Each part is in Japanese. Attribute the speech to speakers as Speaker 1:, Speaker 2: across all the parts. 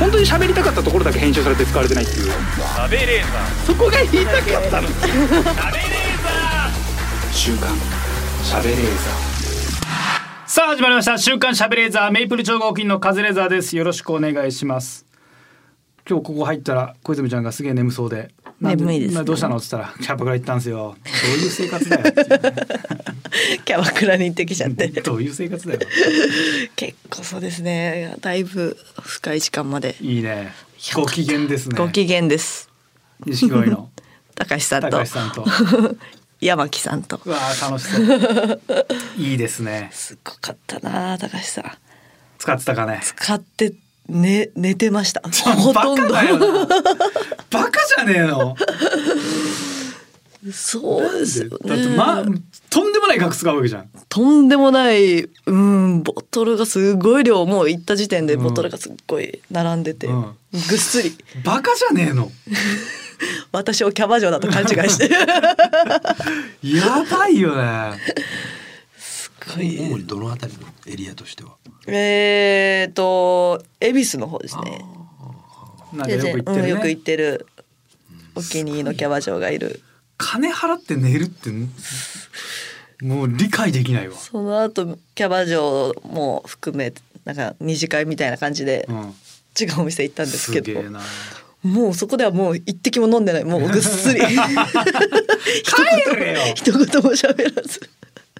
Speaker 1: 本当に喋りたかったところだけ編集されて使われてないっていう
Speaker 2: 食べレーザ
Speaker 1: そこが言いたかったの
Speaker 2: ー食べレーザ
Speaker 1: 週刊喋れー
Speaker 2: ーさあ始まりました週刊しゃべレーザーメイプル超合金のカズレーザーですよろしくお願いします今日ここ入ったら小泉ちゃんがすげえ眠そうでなん
Speaker 3: 眠いですね
Speaker 2: などうしたのっつったらキャバクラ行ったんですよどういう生活だよっていう
Speaker 3: キャバクラに行ってきち ゃって
Speaker 2: どういう生活だよ
Speaker 3: 結構そうですねだいぶ深い時間まで
Speaker 2: いいねご機嫌ですね
Speaker 3: ご機嫌です
Speaker 2: 錦鯉 の
Speaker 3: 高橋さん
Speaker 2: 高
Speaker 3: と
Speaker 2: 橋さんと
Speaker 3: 山木さんと
Speaker 2: うわー楽しそういいですね
Speaker 3: すっごかったな高橋さん
Speaker 2: 使ってたかね
Speaker 3: 使って寝寝てましたほ
Speaker 2: バカ
Speaker 3: とんど
Speaker 2: だよなバカじゃねえの
Speaker 3: そうですよ
Speaker 2: だって
Speaker 3: ね、
Speaker 2: まとんでもない額使うわけじゃん
Speaker 3: とんでもないうんボトルがすごい量もう行った時点でボトルがすっごい並んでて、
Speaker 2: うん
Speaker 3: ぐっすり
Speaker 2: バカじゃねえの
Speaker 3: 私をキャバ嬢だと勘違いして
Speaker 2: やばいよね
Speaker 3: すごい
Speaker 4: 主にどのあたりのエリアとしては
Speaker 3: えー、と恵比寿の方ですね。
Speaker 2: なんかよく言ってる
Speaker 3: うん
Speaker 2: ね、
Speaker 3: よく行ってるお気に入りのキャバ嬢がいる。
Speaker 2: 金払って寝るってもう理解できないわ
Speaker 3: その後キャバ嬢も含めなんか二次会みたいな感じで
Speaker 2: うん
Speaker 3: 違うお店行ったんです
Speaker 2: す
Speaker 3: け
Speaker 2: げ
Speaker 3: ど
Speaker 2: え、な
Speaker 3: もうそこではもう一滴も飲んでないもうぐっす り
Speaker 2: 帰れよ
Speaker 3: 一言も喋ら ず。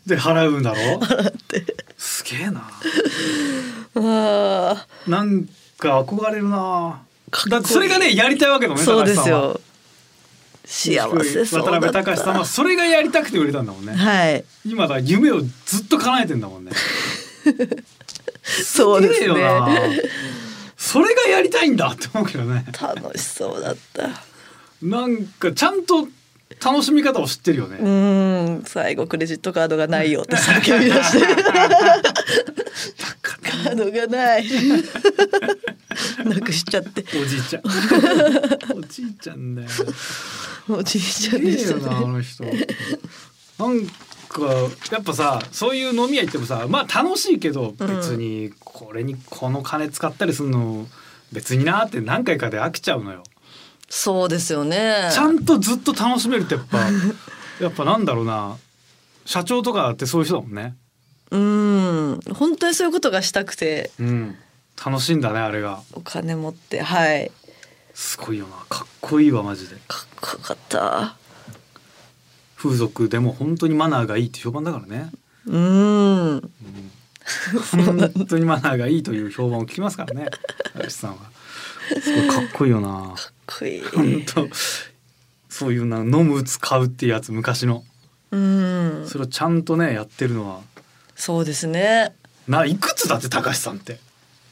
Speaker 2: で払うんだろ払ってすげえな
Speaker 3: あ
Speaker 2: なんか憧れるな
Speaker 3: かっこいい
Speaker 2: だってそれがねやりたいわけだも
Speaker 3: ー
Speaker 2: んね
Speaker 3: そうです
Speaker 2: 高橋
Speaker 3: よ。幸せ
Speaker 2: さん
Speaker 3: そ
Speaker 2: は渡
Speaker 3: うだ
Speaker 2: 辺
Speaker 3: った
Speaker 2: 隆さんはそれがやりたくて売れたんだもんね
Speaker 3: はい。
Speaker 2: 今だ夢をずっと叶えてんだもんね
Speaker 3: そうです
Speaker 2: げえ
Speaker 3: ね
Speaker 2: よ。なそれがやりたいんだって思うけどね
Speaker 3: 楽しそうだった。
Speaker 2: なんかちゃんと楽しみ方を知ってるよね、
Speaker 3: うーん最後クレジットカードがないよって叫び出 してカードがない なくしちゃって
Speaker 2: おじいちゃん おじいちゃんだよ
Speaker 3: おじいちゃ
Speaker 2: す
Speaker 3: ん
Speaker 2: げ
Speaker 3: で
Speaker 2: え
Speaker 3: し
Speaker 2: よな
Speaker 3: た
Speaker 2: あ
Speaker 3: ね
Speaker 2: の人なんかやっぱさそういう飲み屋行ってもさまあ楽しいけど別にこれにこの金使ったりするの別になーって何回かで飽きちゃうのよ
Speaker 3: そうですよね
Speaker 2: ちゃんとずっと楽しめるってやっぱ やっぱなんだろうな社長とかってそういう人だもんね
Speaker 3: うーん本当にそういうことがしたくて
Speaker 2: うん楽しいんだねあれが
Speaker 3: お金持ってはい
Speaker 2: すごいよなかっこいいわマジで
Speaker 3: かっこよかった
Speaker 2: 風俗でも本当にマナーがいいって評判だからね
Speaker 3: うーん
Speaker 2: 本当にマナーがいいという評判を聞きますからね高橋さんはすごいかっこいいよな
Speaker 3: かっこいい
Speaker 2: 本当そういうな飲む使うっていうやつ昔の
Speaker 3: うーん
Speaker 2: それをちゃんとねやってるのは
Speaker 3: そうですね
Speaker 2: ないくつだって高橋さんって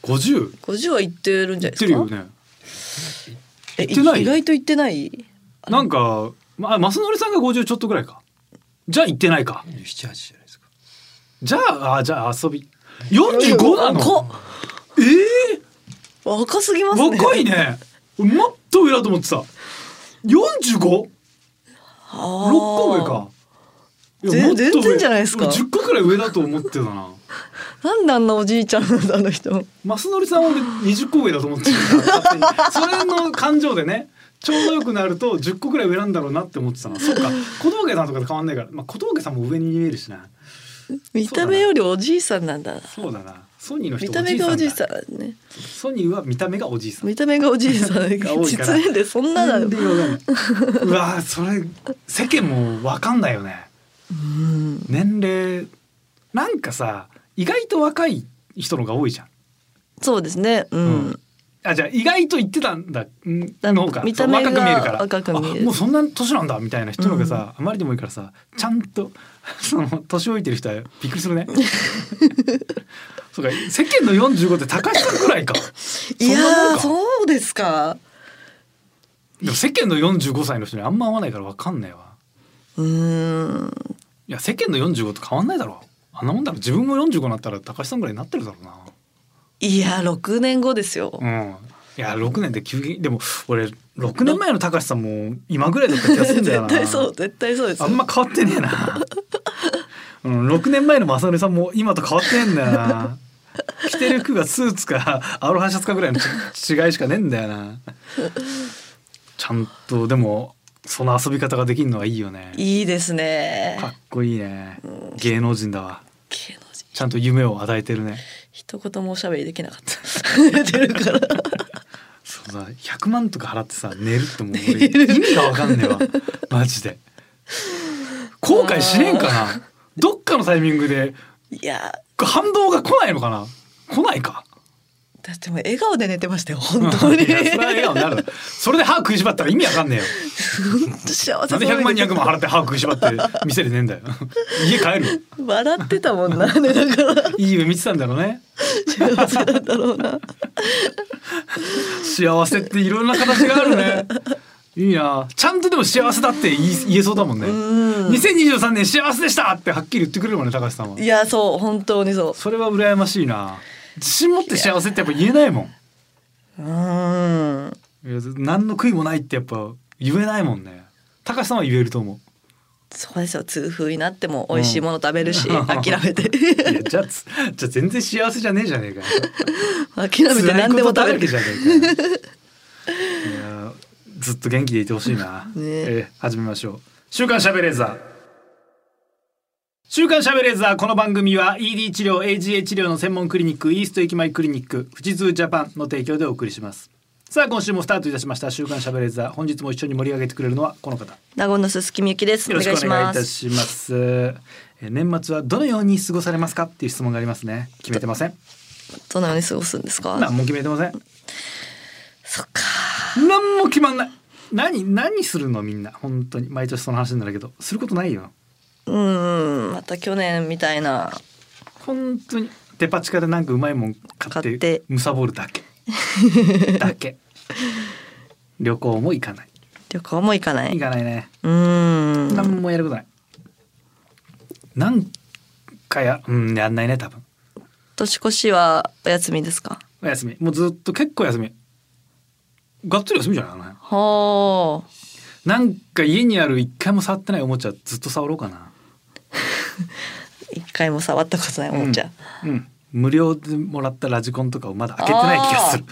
Speaker 2: 50?
Speaker 3: 50は言ってるんじゃ
Speaker 2: 言
Speaker 3: な
Speaker 2: っ
Speaker 3: いで
Speaker 2: て
Speaker 3: す
Speaker 2: る
Speaker 3: か
Speaker 2: よね
Speaker 3: え
Speaker 2: 言ってない
Speaker 3: 意外と言ってない
Speaker 2: なんかまあ正則さんが50ちょっとぐらいかじゃあ行ってないか
Speaker 4: 7、8じゃないですか
Speaker 2: じゃああじゃあ遊び45な
Speaker 3: 若
Speaker 2: の
Speaker 3: っ
Speaker 2: ええ
Speaker 3: 若すぎますね
Speaker 2: 若いね俺もっと上だと思ってた 45?6
Speaker 3: あー
Speaker 2: 個上かい
Speaker 3: ぜ
Speaker 2: やもっと上
Speaker 3: 全然じゃないですか
Speaker 2: 俺10個くらい上だと思ってたな
Speaker 3: なんであんなおじいちゃんなんだあの人
Speaker 2: マスノリさんは俺20個上だと思ってた勝手にそれの感情でねちょうどよくなると10個くらい上なんだろうなって思ってたなそうか小峠さんとかと変わんないから、まあ、小峠さんも上に見えるしな
Speaker 3: 見た目よりおじいさんなんだな
Speaker 2: そうだなソニーの人
Speaker 3: 見た目がおじい
Speaker 2: さ
Speaker 3: さ
Speaker 2: んだ
Speaker 3: んね
Speaker 2: ソニーは見た目がおじいさん
Speaker 3: 見た目がおじいさん
Speaker 2: が多いから
Speaker 3: 実演でそんなだ
Speaker 2: んで
Speaker 3: よ
Speaker 2: よ うわーそれ世間もわかんないよね年齢なんかさ意外と若い人のが多いじゃん
Speaker 3: そうですねうん、
Speaker 2: うんあじゃあ意外と言ってたんだん
Speaker 3: だ
Speaker 2: の方が
Speaker 3: 見た目
Speaker 2: そ
Speaker 3: が
Speaker 2: う若く見えるから
Speaker 3: 若く見える
Speaker 2: あもうそんな年なんだみたいな人の方がさ、あまりでもいいからさちゃんと その年老いてる人はびっくりする ねそうか世間の45って高橋さんくらいか
Speaker 3: いや
Speaker 2: そんなもん
Speaker 3: ー
Speaker 2: か
Speaker 3: そうですか
Speaker 2: でも世間の45歳の人にあんま合わないからわかんないわ
Speaker 3: うーん
Speaker 2: いや世間の45と変わんないだろあんなもんだろ自分も45になったら高橋さんぐらいになってるだろうない
Speaker 3: や六年後ですよ、
Speaker 2: うんいや6年で急激にでも俺6年前の高橋さんも今ぐらいだった気がするんだよ
Speaker 3: 絶
Speaker 2: な
Speaker 3: 対そう絶対そうです
Speaker 2: あんま変わってねえなうん6年前の正則さんも今と変わってねえんだよな着てる服がスーツかアロハシャツかぐらいのち違いしかねえんだよなちゃんとでもその遊び方ができるのはいいよね
Speaker 3: いいですね
Speaker 2: かっこいいね芸能人だわ
Speaker 3: 芸能人
Speaker 2: ちゃんと夢を与えてるね
Speaker 3: 一言もおしゃべりできなかった出るから
Speaker 2: そうだ100万とか払ってさ寝るってもう俺意味がわかんねえわマジで後悔しねえんかなどっかのタイミングで
Speaker 3: いや
Speaker 2: 反動が来ないのかな来ないか
Speaker 3: だってもう笑顔で寝てましたよ本当に
Speaker 2: いやそれは笑顔になるそれで歯食いしばったら意味わかんね えよ
Speaker 3: 本 当幸せそう
Speaker 2: なんで100万200万払って歯食いしばって店でねえんだよ家帰るわ
Speaker 3: 笑ってた もんなねだから
Speaker 2: いい夢見てたんだろうね
Speaker 3: 幸せなんだろうな
Speaker 2: 幸せっていろんな形があるねいいなちゃんとでも幸せだって言い言えそうだもんね2023年幸せでしたってはっきり言ってくれるもんね高橋さんはい
Speaker 3: やそう本当にそ
Speaker 2: それは羨ましいな自信持って幸せってやっぱ言えないも
Speaker 3: ううーん
Speaker 2: んいや何の悔いもないってやっぱ言えないもんね高橋さんは言えると思う
Speaker 3: そうですよ痛風になっても美味しいもの食べるし、諦めて
Speaker 2: いやじゃあつじゃあ全然幸せじゃねえじゃねえかよ
Speaker 3: 諦めて何でも
Speaker 2: 辛いこと
Speaker 3: 食べる
Speaker 2: だらけじゃねえかよ いやずっと元気でいてほしいな、
Speaker 3: ね
Speaker 2: えー始めましょう「週刊しゃべれーザー」週刊しゃべれーザーこの番組は ED 治療 AGA 治療の専門クリニックイースト駅前クリニック富士通ジャパンの提供でお送りしますさあ今週もスタートいたしました「週刊しゃべれーザー」本日も一緒に盛り上げてくれるのはこの方
Speaker 3: 名護のすすきみゆきです
Speaker 2: よろ
Speaker 3: お
Speaker 2: し
Speaker 3: 願い
Speaker 2: く
Speaker 3: し
Speaker 2: お願いい
Speaker 3: ま
Speaker 2: た
Speaker 3: す
Speaker 2: します。えー年末はどのように過ごされますかっていう質問がありますね。決めてません。
Speaker 3: どのように過ごすんですか、
Speaker 2: 何も決めてません。
Speaker 3: そっか
Speaker 2: 何も決まんない。何何するのみんな本当に毎年その話になるけどすることないよ。
Speaker 3: うーんまた去年みたいな
Speaker 2: 本当にデパ地下でなんかうまいもん買
Speaker 3: 買
Speaker 2: っ
Speaker 3: ってて
Speaker 2: むさぼる だけだけ。旅行も行かない。
Speaker 3: 旅行も行かない
Speaker 2: 行かないね。
Speaker 3: うーん
Speaker 2: 何もやることない。なんかやうんやんないね多分。
Speaker 3: 年越しはお休みですか
Speaker 2: お休みもうずっと結構休みがっつり休みじゃないあの辺
Speaker 3: ほう
Speaker 2: なんか家にある一回も触ってないおもちゃずっと触ろうかな
Speaker 3: 一回も触ったことないおもちゃ、
Speaker 2: うん、うん無料でもらったラジコンとかをまだ開けてない気がする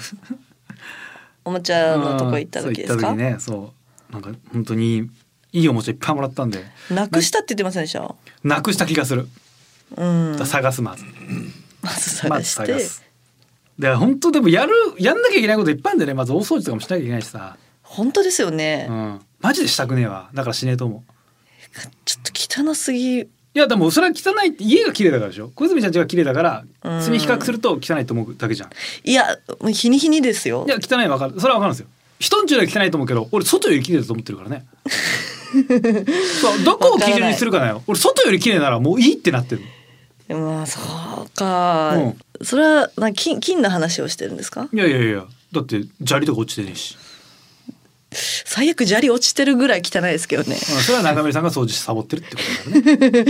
Speaker 3: おもちゃのとこ行った時ですか、
Speaker 2: そう行った時ねそうなんか本当にいいおもちゃいっぱいもらったんで
Speaker 3: なくしたって言ってませんでした
Speaker 2: なくした気がする、
Speaker 3: うん
Speaker 2: 探すまず
Speaker 3: まず
Speaker 2: ま
Speaker 3: 探
Speaker 2: ず
Speaker 3: して、
Speaker 2: 探すで本当でもやるやんなきゃいけないこといっぱいあるんだよねまず大掃除とかもしなきゃいけないしさ、
Speaker 3: 本当ですよ
Speaker 2: う
Speaker 3: ね、
Speaker 2: ん、マジでしたくねえわだからしねえと思う
Speaker 3: ちょっと汚すぎ
Speaker 2: いやでもそれは汚いって家が綺麗だからでしょ小泉ちゃんちが綺麗だから
Speaker 3: うん
Speaker 2: それに比較すると汚いと思うだけじゃんい
Speaker 3: いやもう日に日にですよ
Speaker 2: や汚いわかるそれはわかるんですよ人んちよりは汚いと思うけど俺外より綺麗だと思ってるから ねそうどこを基準にするかなよ俺外より綺麗ならもういいってなってる
Speaker 3: まあそうか、
Speaker 2: うん
Speaker 3: それはなんか金金の話をしてるんですか
Speaker 2: いやいやいやだって砂利とか落ちてねえし
Speaker 3: 最悪砂利落ちてるぐらい汚いですけどね
Speaker 2: うんそれは中村さんが掃除してサボってるってことだからね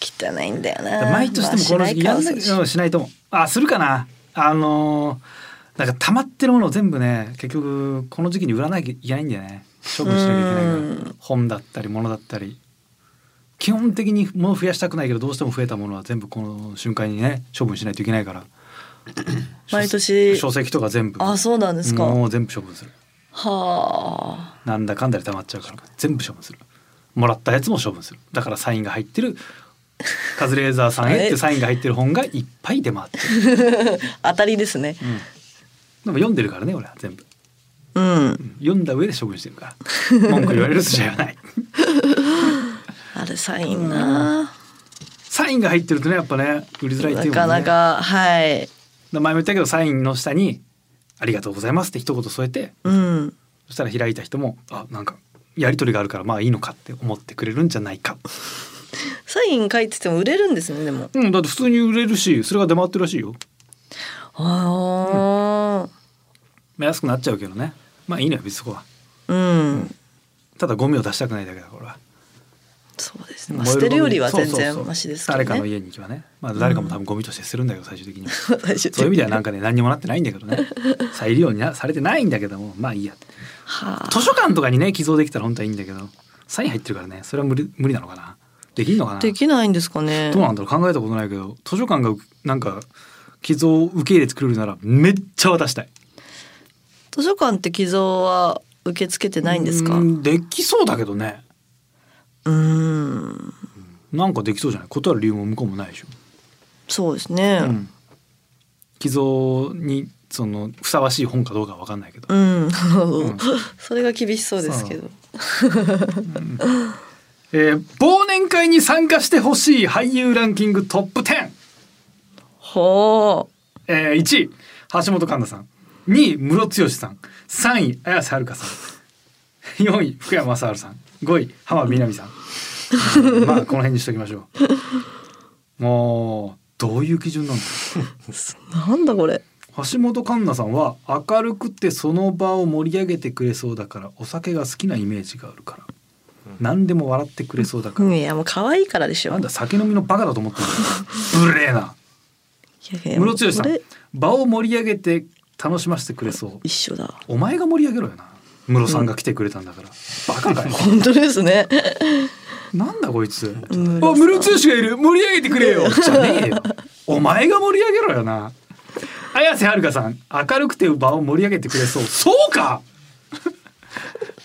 Speaker 3: 汚いんだよ
Speaker 2: だか
Speaker 3: な
Speaker 2: ら毎年でもこの時期
Speaker 3: ま
Speaker 2: や
Speaker 3: あ
Speaker 2: ん
Speaker 3: しな
Speaker 2: ない
Speaker 3: か
Speaker 2: きゃ
Speaker 3: そうし
Speaker 2: しないと思うあするかなあのーなんか溜まってるものを全部ね結局この時期に売らなきゃいけないんだよね処分しなきゃいけ
Speaker 3: う
Speaker 2: ないから本だったり物だったり基本的に物を増やしたくないけどどうしても増えたものは全部この瞬間にね処分しないといけないから
Speaker 3: 毎年
Speaker 2: 書籍とか全部
Speaker 3: あそうなんですか、
Speaker 2: もう全部処分する
Speaker 3: はあ
Speaker 2: なんだかんだで溜まっちゃうから全部処分するもらったやつも処分するだからサインが入ってるカズレーザーさんへってサインが入ってる本がいっぱい出回ってる
Speaker 3: 当たりですね
Speaker 2: うん、でも読んでるからね俺は全部
Speaker 3: うん
Speaker 2: 読んだ上で処分してるから文句言われる筋合いはない
Speaker 3: あれサインな、
Speaker 2: サインが入ってるとねやっぱね売りづらいっていうもんね
Speaker 3: なかなかはい
Speaker 2: 前も言ったけどサインの下に「ありがとうございます」って一言添えて
Speaker 3: うん
Speaker 2: そしたら開いた人も「あなんかやり取りがあるからまあいいのか」って思ってくれるんじゃないか
Speaker 3: サイン書いてても売れるんですねでも
Speaker 2: うんだって普通に売れるしそれが出回ってるらしいよ
Speaker 3: あ
Speaker 2: まあ安くなっちゃうけどねまあいいのよ別にそこは
Speaker 3: あうん、
Speaker 2: ただゴミを出したくないだけだから俺は
Speaker 3: そうですね、まあ、捨てるよりは全然マシですけどね
Speaker 2: 誰かの家に行けばね、まあ、誰かも多分ゴミとして捨てるんだけど最終的には
Speaker 3: 最終的に
Speaker 2: そういう意味ではなんかね何にもなってないんだけどね再利用になされてないんだけどもまあいいや
Speaker 3: はあ
Speaker 2: 図書館とかにね寄贈できたら本当はいいんだけどサイン入ってるからねそれは無理無理なのかなできんのかな
Speaker 3: できないんですかね
Speaker 2: どうなんだろう考えたことないけど図書館がなんか寄贈を受け入れてくれるならめっちゃ渡したい。
Speaker 3: 図書館って寄贈は受け付けてないんですか
Speaker 2: う
Speaker 3: うん
Speaker 2: できそうだけどね。
Speaker 3: ーん
Speaker 2: なんかできそうじゃない。断る理由も向こうもないでしょ。
Speaker 3: そうですね
Speaker 2: うん寄贈にそのふさわしい本かどうかは分かんないけど
Speaker 3: う。ん、
Speaker 2: ん
Speaker 3: それが厳しそうですけど
Speaker 2: えー忘年会に参加してほしい俳優ランキングトップ10。
Speaker 3: ほう
Speaker 2: えー、1位橋本環奈さん2位ムロツヨシさん3位綾瀬はるかさん4位福山雅治さん5位浜辺美波さん、えーまあこの辺にしときましょうもうどういう基準なんだ
Speaker 3: なんだこれ
Speaker 2: 橋本環奈さんは明るくてその場を盛り上げてくれそうだからお酒が好きなイメージがあるから何でも笑ってくれそうだか
Speaker 3: う
Speaker 2: ら、
Speaker 3: んいやもう可愛いからでしょ
Speaker 2: なんだ酒飲みのバカだと思ってるの無礼ない
Speaker 3: やいや
Speaker 2: ムロツヨシさ
Speaker 3: こ
Speaker 2: ん
Speaker 3: れ
Speaker 2: 場を盛り上げて楽しませてくれそう
Speaker 3: 一緒だ
Speaker 2: お前が盛り上げろよな室さんが来てくれたんだから、バカかよ
Speaker 3: 本当で すね
Speaker 2: なんだこいつあ
Speaker 3: ムロさん
Speaker 2: 室剛がいる盛り上げてくれよじゃねえよお前が盛り上げろよな綾瀬はるかさん明るくて場を盛り上げてくれそうそうか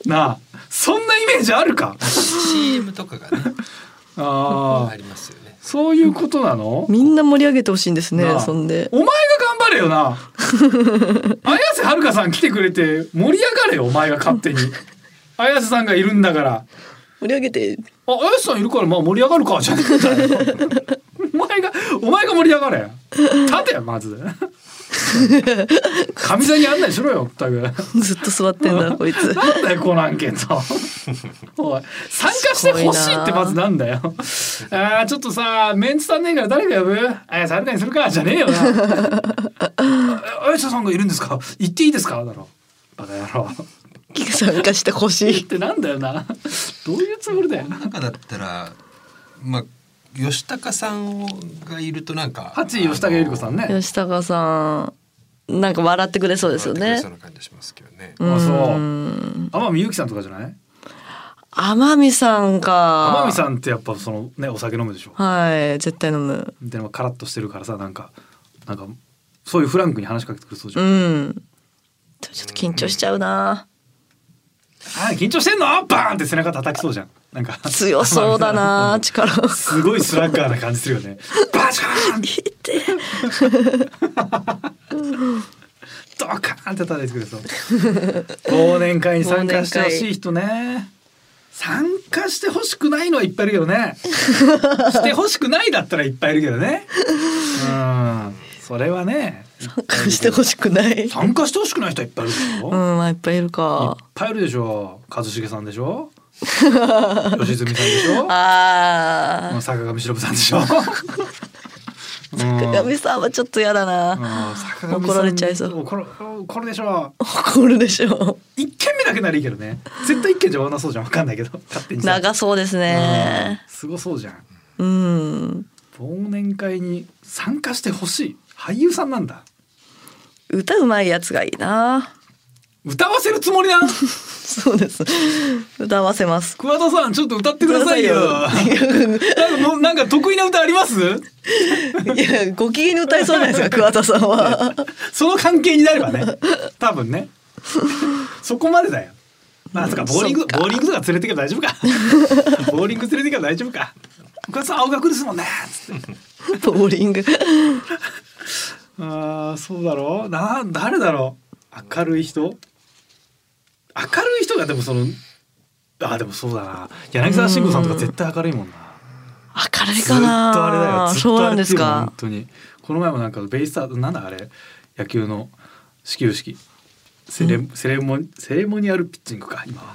Speaker 2: なあそんなイメージあるか
Speaker 4: CM とかがね
Speaker 2: あ
Speaker 4: あ
Speaker 2: あ
Speaker 4: りますよね。
Speaker 2: そういうことなの
Speaker 3: みんな盛り上げてほしいんですね
Speaker 2: なあ
Speaker 3: そんで
Speaker 2: お前が頑張れよな綾瀬はるかさん来てくれて盛り上がれよお前が勝 手に綾瀬さんがいるんだから
Speaker 3: 盛り上げて
Speaker 2: あ、綾瀬さんいるからまあ盛り上がるかじゃねえんだよ。 お前がお前が盛り上がれ。立てよま ず。神座に案内しろよったく。
Speaker 3: ずっと座って んだこいつ
Speaker 2: なんだよこの案件と。おい参加してほしいってまずなんだよ。あーちょっとさメンツ足んねえから誰か呼ぶ？綾瀬はるかにするかじゃねえよな。あ綾瀬さんがいるんですか。行っていいですかだろ。バカ野郎。
Speaker 3: 参加してほし
Speaker 2: っ
Speaker 3: い
Speaker 2: てなんだよな。どういうつもりだよな。
Speaker 4: 中だったらまあ吉高さんがいるとなんか
Speaker 2: 八位吉高由里子さんね。
Speaker 3: 吉高さんなんか笑ってくれそうですよ
Speaker 4: 笑っ
Speaker 3: ね
Speaker 4: てくれそうな感じがしますけどね。
Speaker 2: あそう
Speaker 3: うん
Speaker 2: 天海祐希さんとかじゃない
Speaker 3: 天海さんか
Speaker 2: 天海さんってやっぱそのねお酒飲むでしょ
Speaker 3: はい絶対飲む
Speaker 2: でなんかカラッとしてるからさなんかなんかそういうフランクに話しかけてくるそうじゃ、
Speaker 3: うんんちょっと緊張しちゃうな
Speaker 2: あー緊張してんのバーンって背中叩きそうじゃんなんか
Speaker 3: 強そうだな力
Speaker 2: すごいスラッガーな感じするよねバシャーン
Speaker 3: 痛い
Speaker 2: ドカーンって叩いてくれそう忘年会に参加してほしい人ね参加してほしくないのはいっぱいいるけどねしてほしくないだったらいっぱいいるけどねうんそれはね
Speaker 3: 参加してほしくない
Speaker 2: 参加してほしくない人はいっぱいいるでしょ、
Speaker 3: うんまあいっぱいいる
Speaker 2: い
Speaker 3: か
Speaker 2: っぱいいるでしょ一茂さんでしょ吉住さんでしょ
Speaker 3: あー
Speaker 2: 坂上忍さんでしょ
Speaker 3: 坂上さんはちょっとやだ
Speaker 2: うん
Speaker 3: な
Speaker 2: うん坂上さん
Speaker 3: 怒られちゃいそう
Speaker 2: 怒る怒るでしょ
Speaker 3: 怒るでしょ
Speaker 2: 一件目だけならいいけどね絶対一件じゃ終わらなそうじゃんわかんないけど勝手にさ
Speaker 3: 長そうですね
Speaker 2: うんすごそうじゃん
Speaker 3: うん
Speaker 2: 忘年会に参加してほしい俳優さんなんだ
Speaker 3: 歌うまいやつがいいな
Speaker 2: 歌わせるつもり な
Speaker 3: そうです歌わせます
Speaker 2: 桑田さんちょっと歌ってくださいよなんかもうなんか得意な歌あります
Speaker 3: いやご機嫌に歌いそうじゃな いですか桑田さんは
Speaker 2: その関係になればね多分ねそこまでだよまあそっかボーリン
Speaker 3: そ
Speaker 2: グ
Speaker 3: っか
Speaker 2: ボーリングとか連れてけば大丈夫 かボーリング連れてけば大丈夫かお母さん青学ですもんねつって
Speaker 3: ボーリング
Speaker 2: ああそうだろうな誰だろう明るい人明るい人がでもそのあーでもそうだな柳沢慎吾さんとか絶対明るいもんな
Speaker 3: 明る
Speaker 2: ず
Speaker 3: い
Speaker 2: っ
Speaker 3: か
Speaker 2: と
Speaker 3: な
Speaker 2: あれだよずっ
Speaker 3: そう
Speaker 2: とあ
Speaker 3: な
Speaker 2: れ
Speaker 3: んで
Speaker 2: って
Speaker 3: す
Speaker 2: いうの
Speaker 3: か
Speaker 2: 本当にこの前もなんかベイスターズなんだあれ野球の始球式セレ,、セレモセレモニアルピッチングか今は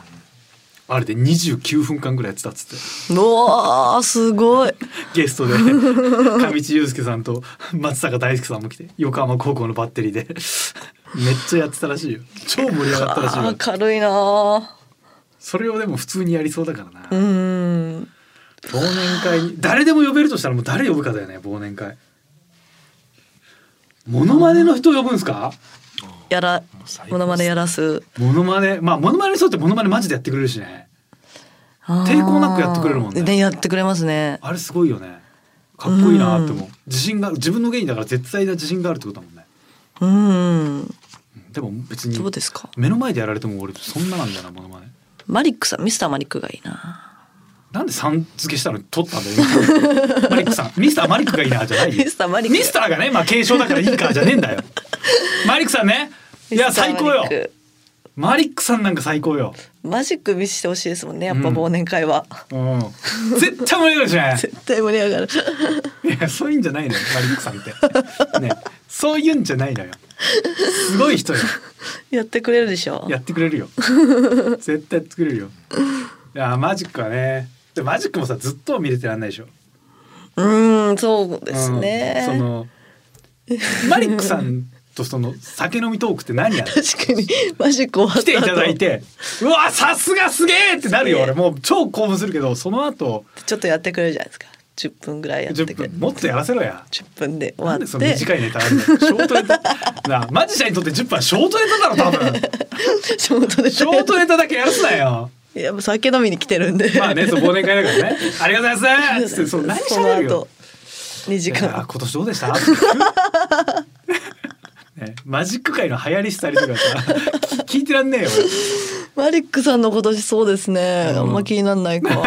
Speaker 2: あれで29分間ぐらいやってたっつって
Speaker 3: うわーすごい
Speaker 2: ゲストで 上地雄介さんと松坂大輔さんも来て横浜高校のバッテリーで めっちゃやってたらしいよ超盛り上がったらしいよ
Speaker 3: 明るいな
Speaker 2: それをでも普通にやりそうだからな、
Speaker 3: ーうん
Speaker 2: 忘年会に誰でも呼べるとしたらもう誰呼ぶかだよね忘年会モノマネの人呼ぶんですか
Speaker 3: やら
Speaker 4: もう最
Speaker 3: モ
Speaker 4: 高です
Speaker 3: ノマネやらす
Speaker 2: モノマネまあモノマネの人ってモノマネマジでやってくれるしね
Speaker 3: あー
Speaker 2: 抵抗なくやってくれるもんね
Speaker 3: ねやってくれますね
Speaker 2: あれすごいよねかっこいいなって思う、自信が自分の芸にだから絶大な自信があるってことだもんね
Speaker 3: うん
Speaker 2: うんでも別に
Speaker 3: どうですか
Speaker 2: 目の前でやられても俺そんななんだよなものまね
Speaker 3: マリックさんミスターマリックがいいな
Speaker 2: なんでさん付けしたのに取ったんだよ今マリックさんミスターマリックがいいなじゃないよ
Speaker 3: ミスターマリック
Speaker 2: ミスターがねまあ継承だからいいかじゃねえんだよマリックさんねいや
Speaker 3: ミスター
Speaker 2: 最高よ
Speaker 3: マリック
Speaker 2: マリックさんなんか最高よ
Speaker 3: マジック見せてほしいですもんねやっぱ忘年 会は、
Speaker 2: うん絶対盛り上がるし ね
Speaker 3: 絶対盛り上がる
Speaker 2: いやそういうんじゃないのよマリックさん ってねそういうんじゃないのよすごい人よ
Speaker 3: やってくれるでしょ
Speaker 2: やってくれるよ絶対やってくれるよいやマジックはねでマジックもさずっとは見れてらんないでしょ
Speaker 3: うーんそうです
Speaker 2: うんそ
Speaker 3: ね、
Speaker 2: のマリックさんとその酒飲みトークって 何やの
Speaker 3: 確かにマジック終わった後
Speaker 2: 来ていただいてうわさすがすげえってなるよ俺もう超興奮するけどその後
Speaker 3: ちょっとやってくれるじゃないですか10分ぐらいやってく
Speaker 2: 10
Speaker 3: れる
Speaker 2: 分もっとやらせろや
Speaker 3: 10分で終わ
Speaker 2: な
Speaker 3: っ
Speaker 2: んで
Speaker 3: て
Speaker 2: その短いネタあるのショートネ タなあマジシャンにとって10分はショートネタだろ多分
Speaker 3: ショートで
Speaker 2: ショートネタだけやらすなよ
Speaker 3: いやもう酒飲みに来てるんで
Speaker 2: まあねそう忘年会だからねありがとうございますってその何しゃべるよ
Speaker 3: 2時
Speaker 2: いや
Speaker 3: 間
Speaker 2: 今年どうでした、 ね、マジック界の流行りしたりとかさ聞い てらんねえよ
Speaker 3: マリックさんの今年そうですね、
Speaker 2: うん
Speaker 3: あんま気になん ないか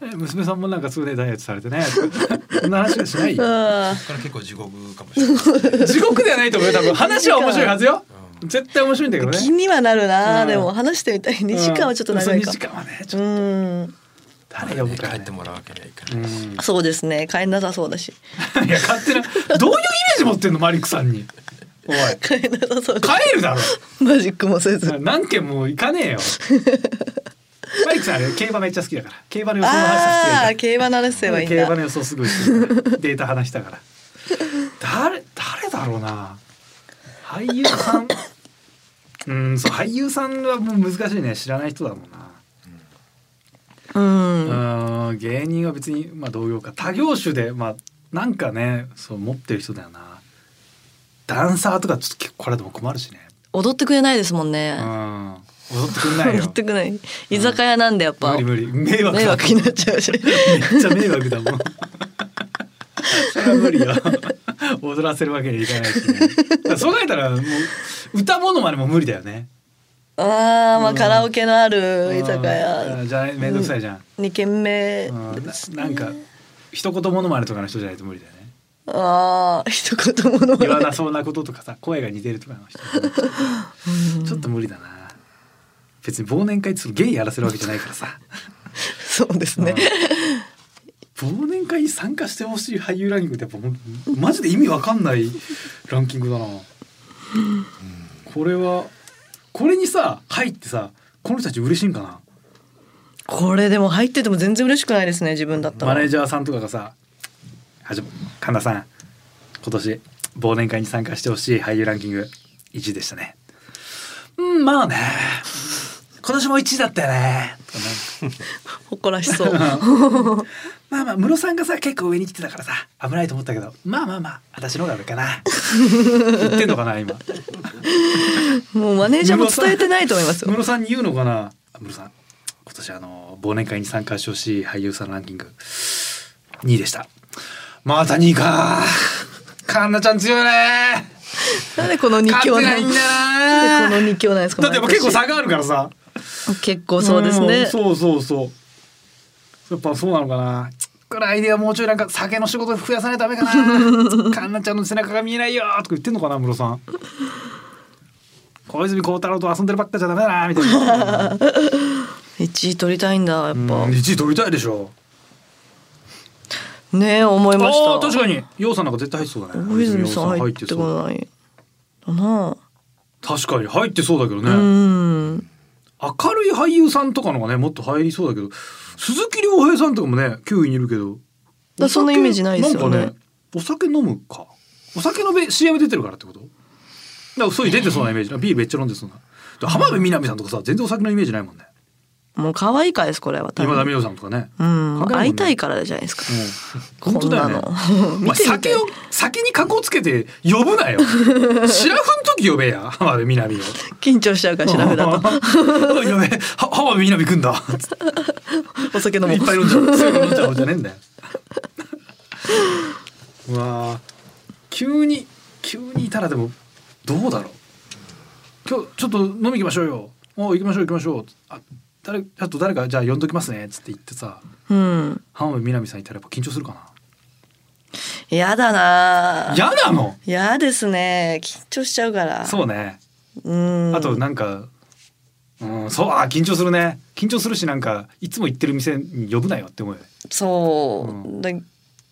Speaker 2: 俺娘さんもなんかすぐねダイエットされてね そんな話はしないよ
Speaker 3: あ
Speaker 4: こから結構地獄かもしれないですね。
Speaker 2: 地獄ではないと思うよ多分話は面白いはずよ絶対面白いんだけど
Speaker 3: あ
Speaker 2: ね
Speaker 3: 気にはなるな、
Speaker 2: うん
Speaker 3: でも話してみたい2時間はちょっと長
Speaker 2: う
Speaker 3: いか
Speaker 2: んそう2時間はねちょ
Speaker 3: う
Speaker 2: っと
Speaker 3: ん
Speaker 2: 誰呼ぶ
Speaker 4: 帰
Speaker 2: か、ね、
Speaker 4: ってもらうわけにはいか
Speaker 2: う
Speaker 4: ない。
Speaker 2: ん
Speaker 3: そうですね帰んなさそう だし
Speaker 2: いや勝手などういうイメージ持ってんのマリックさんにおい
Speaker 3: 帰んなさそうだし
Speaker 2: 帰るだろ
Speaker 3: マジックもせず
Speaker 2: 何件も行かねえよマリックさんあれ競馬めっちゃ好きだから競馬の予想の話させて
Speaker 3: あ
Speaker 2: や
Speaker 3: あ
Speaker 2: る
Speaker 3: 競馬の話すればいいん
Speaker 2: 競馬
Speaker 3: だ
Speaker 2: の予想すごいするデータ話したから誰誰だろうな俳優さん うんそう俳優さんはもう難しいね知らない人だもんな
Speaker 3: うん
Speaker 2: うん芸人は別にまあ同様か他業種でまあなんかねそう持ってる人だよなダンサーとかちょっと結構これでも困るしね
Speaker 3: 踊ってくれないですもんね
Speaker 2: うん 踊ってくんない
Speaker 3: 踊
Speaker 2: よ
Speaker 3: ってくれない居酒屋なんでやっ
Speaker 2: 無
Speaker 3: ぱ
Speaker 2: 理無理 迷惑
Speaker 3: 迷
Speaker 2: だ
Speaker 3: 惑になっちゃ うし
Speaker 2: めっちゃ迷惑だもん。それは無理 よ。踊らせるわけにいかないし、ね。だからそう考えたらもう歌ものまでも無理だよね。
Speaker 3: あーまあカラオケのある居酒
Speaker 2: う
Speaker 3: 屋
Speaker 2: んじゃあめんどくさいじゃん。
Speaker 3: 二軒目
Speaker 2: うんななんか一言ものまねとかの人じゃないと無理だよね。
Speaker 3: ああ一言もの
Speaker 2: 言わ
Speaker 3: まね
Speaker 2: なそうなこととかさ声が似てるとかの人ちょっと無理だな。別に忘年会ってそのゲイやらせるわけじゃないからさ。
Speaker 3: そうですね
Speaker 2: 忘年会に参加してほしい俳優ランキングってやっぱほんマジで意味わかんないランキングだな、これはこれにさ入ってさこの人たち嬉しいんかな
Speaker 3: これでも入ってても全然嬉しくないですね自分だったら
Speaker 2: マネージャーさんとかがさ「はじめ神田さん今年忘年会に参加してほしい俳優ランキング1位でしたね」うんまあね今年も1位だったよねとかなんか
Speaker 3: 誇らしそう
Speaker 2: まあまあムロさんがさ結構上に来てたからさ危ないと思ったけどまあまあまあ私の方が上かな言ってんのかな今
Speaker 3: もうマネージャーも伝えてないと思 います
Speaker 2: ム
Speaker 3: よ
Speaker 2: ロさんに言うのかなあムロさん今年あの忘年会に参加してほしい俳優さんランキング2位でしたまた2位かカンナちゃん強いね
Speaker 3: なんでこの二
Speaker 2: 勝
Speaker 3: 強
Speaker 2: て
Speaker 3: な
Speaker 2: なんいん
Speaker 3: でこ
Speaker 2: だ
Speaker 3: の
Speaker 2: な
Speaker 3: 二強なんですか
Speaker 2: だってもう結構
Speaker 3: 毎
Speaker 2: 差があるからさ
Speaker 3: 年結構そうです
Speaker 2: ん
Speaker 3: ね
Speaker 2: そうそうそうやっぱそうなのかなこれアイデアもうちょいなんか酒の仕事増やさないとダメか なカンナちゃんの背中が見えないよとか言ってんのかなムロさん小泉孝太郎と遊んでるばっかじゃダメだなみたいな
Speaker 3: 一位取りたいんだやっぱ
Speaker 2: うん一位取りたいでしょ
Speaker 3: ねえ思いまし
Speaker 2: ああ
Speaker 3: た
Speaker 2: 確かに陽さんなんか絶対入ってそうだね
Speaker 3: 大泉さん入っ
Speaker 2: 大
Speaker 3: て
Speaker 2: そう
Speaker 3: こないだな
Speaker 2: 確かに入ってそうだけどね、
Speaker 3: あうん
Speaker 2: 明るい俳優さんとかのがねもっと入りそうだけど鈴木亮平さんとかもね9位にいるけど
Speaker 3: だ
Speaker 2: お酒
Speaker 3: そんなイメージないですよね
Speaker 2: んかお酒飲むかお酒のべ CM 出てるからってことだからそういう出てそうなイメージビールめっちゃ飲んでそうなで浜辺美波さんとかさ全然お酒のイメージないもんね
Speaker 3: もう可愛いからですこれは多
Speaker 2: 今田美
Speaker 3: 分
Speaker 2: 桜さんとかね
Speaker 3: う
Speaker 2: 関係
Speaker 3: ん
Speaker 2: ないもんね
Speaker 3: 会いたいからじゃないですか
Speaker 2: うん本当だよね
Speaker 3: こんな の
Speaker 2: お前
Speaker 3: 見てみたい
Speaker 2: 酒を酒に格好つけて呼ぶなよシラフの時呼べや浜辺美波を
Speaker 3: 緊張しちゃうから調 べだと
Speaker 2: おいやべえは浜辺美波くんだ
Speaker 3: お酒飲もう
Speaker 2: いっぱい飲んじゃう。すぐ飲んじゃおうじゃねえんだよ。うわあ急に急にいたらでもどうだろう今日ちょっと飲み行きましょうよお行きましょう行きましょうあ誰あと誰かじゃあ呼んどきますねっつって言ってさ
Speaker 3: うん。
Speaker 2: 浜辺美波さんいたらやっぱ緊張するか
Speaker 3: やだな
Speaker 2: な
Speaker 3: あ。
Speaker 2: 嫌なの
Speaker 3: やですね。緊張しちゃうから。
Speaker 2: そうね
Speaker 3: う。ん。
Speaker 2: あとなんかうんそうあ緊張するね緊張するしなんかいつも行ってる店に呼ぶなよって思うよね
Speaker 3: そう、
Speaker 2: うん
Speaker 3: で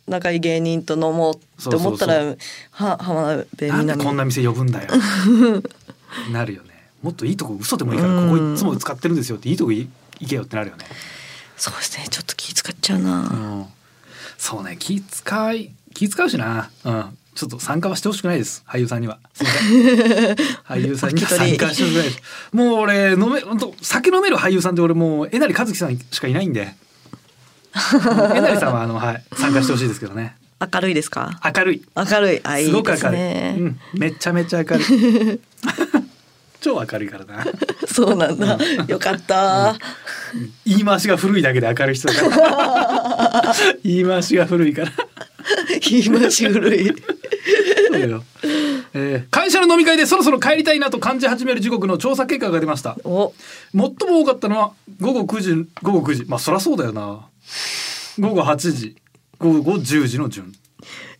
Speaker 3: 仲いい芸人と飲もうって思ったら
Speaker 2: そう
Speaker 3: は浜辺
Speaker 2: な
Speaker 3: 美
Speaker 2: んで
Speaker 3: 波
Speaker 2: こんな店呼ぶんだよなるよねもっといいとこ嘘でもいいから
Speaker 3: うん
Speaker 2: ここいつも使ってるんですよっていいとこい行けよってなるよね、
Speaker 3: そうですねちょっと気使っちゃうな、
Speaker 2: うん、そうね気使い気使うしな、うん、ちょっと参加はしてほしくないです俳優さんにはすいません 俳優さんには参加してほしくないですもう俺飲め本当酒飲める俳優さんって俺もうえなりかずきさんしかい ないんでえなりさんはあの、はい、参加してほしいですけどね
Speaker 3: 明るいですか
Speaker 2: 明るい
Speaker 3: 明るいあい
Speaker 2: す
Speaker 3: い
Speaker 2: ごく明るい
Speaker 3: ですね、
Speaker 2: うん、めちゃめちゃ明るい 超明るいから な
Speaker 3: そうなんだ、よかった、
Speaker 2: 言い回しが古いだけで明るい人だから 言い回しが古いから
Speaker 3: 言い回し古 い
Speaker 2: そうよ、えー会社の飲み会でそろそろ帰りたいなと感じ始める時刻の調査結果が出ました
Speaker 3: お
Speaker 2: 最も多かったのは午後9時午後9時まあそりゃそうだよな午後8時午後10時の順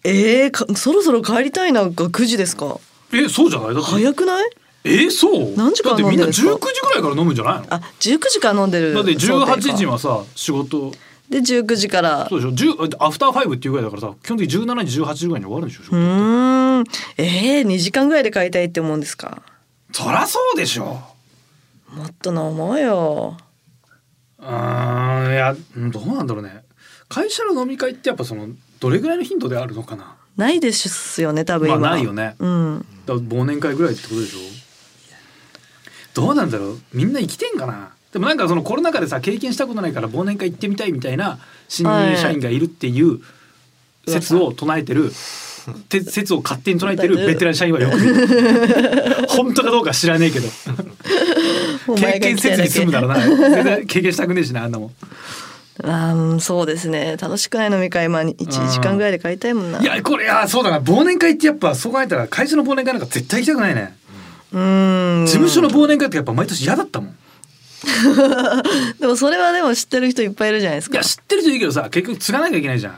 Speaker 3: えー、かそろそろ帰りたいなんか9時ですか
Speaker 2: えそうじゃないだって
Speaker 3: 早くない
Speaker 2: えーそう
Speaker 3: 何時か
Speaker 2: だ
Speaker 3: ら
Speaker 2: って
Speaker 3: 飲
Speaker 2: み
Speaker 3: ん
Speaker 2: ん
Speaker 3: で
Speaker 2: な19
Speaker 3: るんです
Speaker 2: 時
Speaker 3: か
Speaker 2: ぐらいから飲むんじゃないのだ
Speaker 3: あ19時から飲んでる
Speaker 2: って18時
Speaker 3: は
Speaker 2: はさ仕事
Speaker 3: で19時から
Speaker 2: そうでしょ10アフターファイブっていうぐらいだからさ基本的に17時18時ぐらいに終わるんでしょ仕
Speaker 3: う
Speaker 2: 事
Speaker 3: ーんえー、2時間ぐらいで帰りたいって思うんですか
Speaker 2: そりゃそうでしょ
Speaker 3: もっと飲もうよ
Speaker 2: うーんいやうんどうなんだろうね会社の飲み会ってやっぱそのどれぐらいの頻度であるのかな
Speaker 3: ないですよね多分
Speaker 2: まあ
Speaker 3: 今、
Speaker 2: ないよね
Speaker 3: うん
Speaker 2: だから忘年会ぐらいってことでしょどうなんだろうみんな生きてんかなでもなんかそのコロナ禍でさ経験したことないから忘年会行ってみたいみたいな新入社員がいるっていう説を唱えてるて説を勝手に唱えてるベテラン社員はよく見 る本当かどうか知らねえけど経験せずに済むだろうな全然経験したくねえしなあんなもん
Speaker 3: あーうんそうですね楽しくない飲み会まあ1時間ぐらいで帰りたいもんない
Speaker 2: やこれ いやそうだな忘年会ってやっぱそう考えたら会社の忘年会なんか絶対行きたくないね、
Speaker 3: うーん
Speaker 2: 事務所の忘年会ってやっぱ毎年嫌だったもん
Speaker 3: でもそれはでも知ってる人いっぱいいるじゃないです
Speaker 2: い
Speaker 3: か
Speaker 2: や知ってる人いいけどさ結局継がなきゃいけないじゃん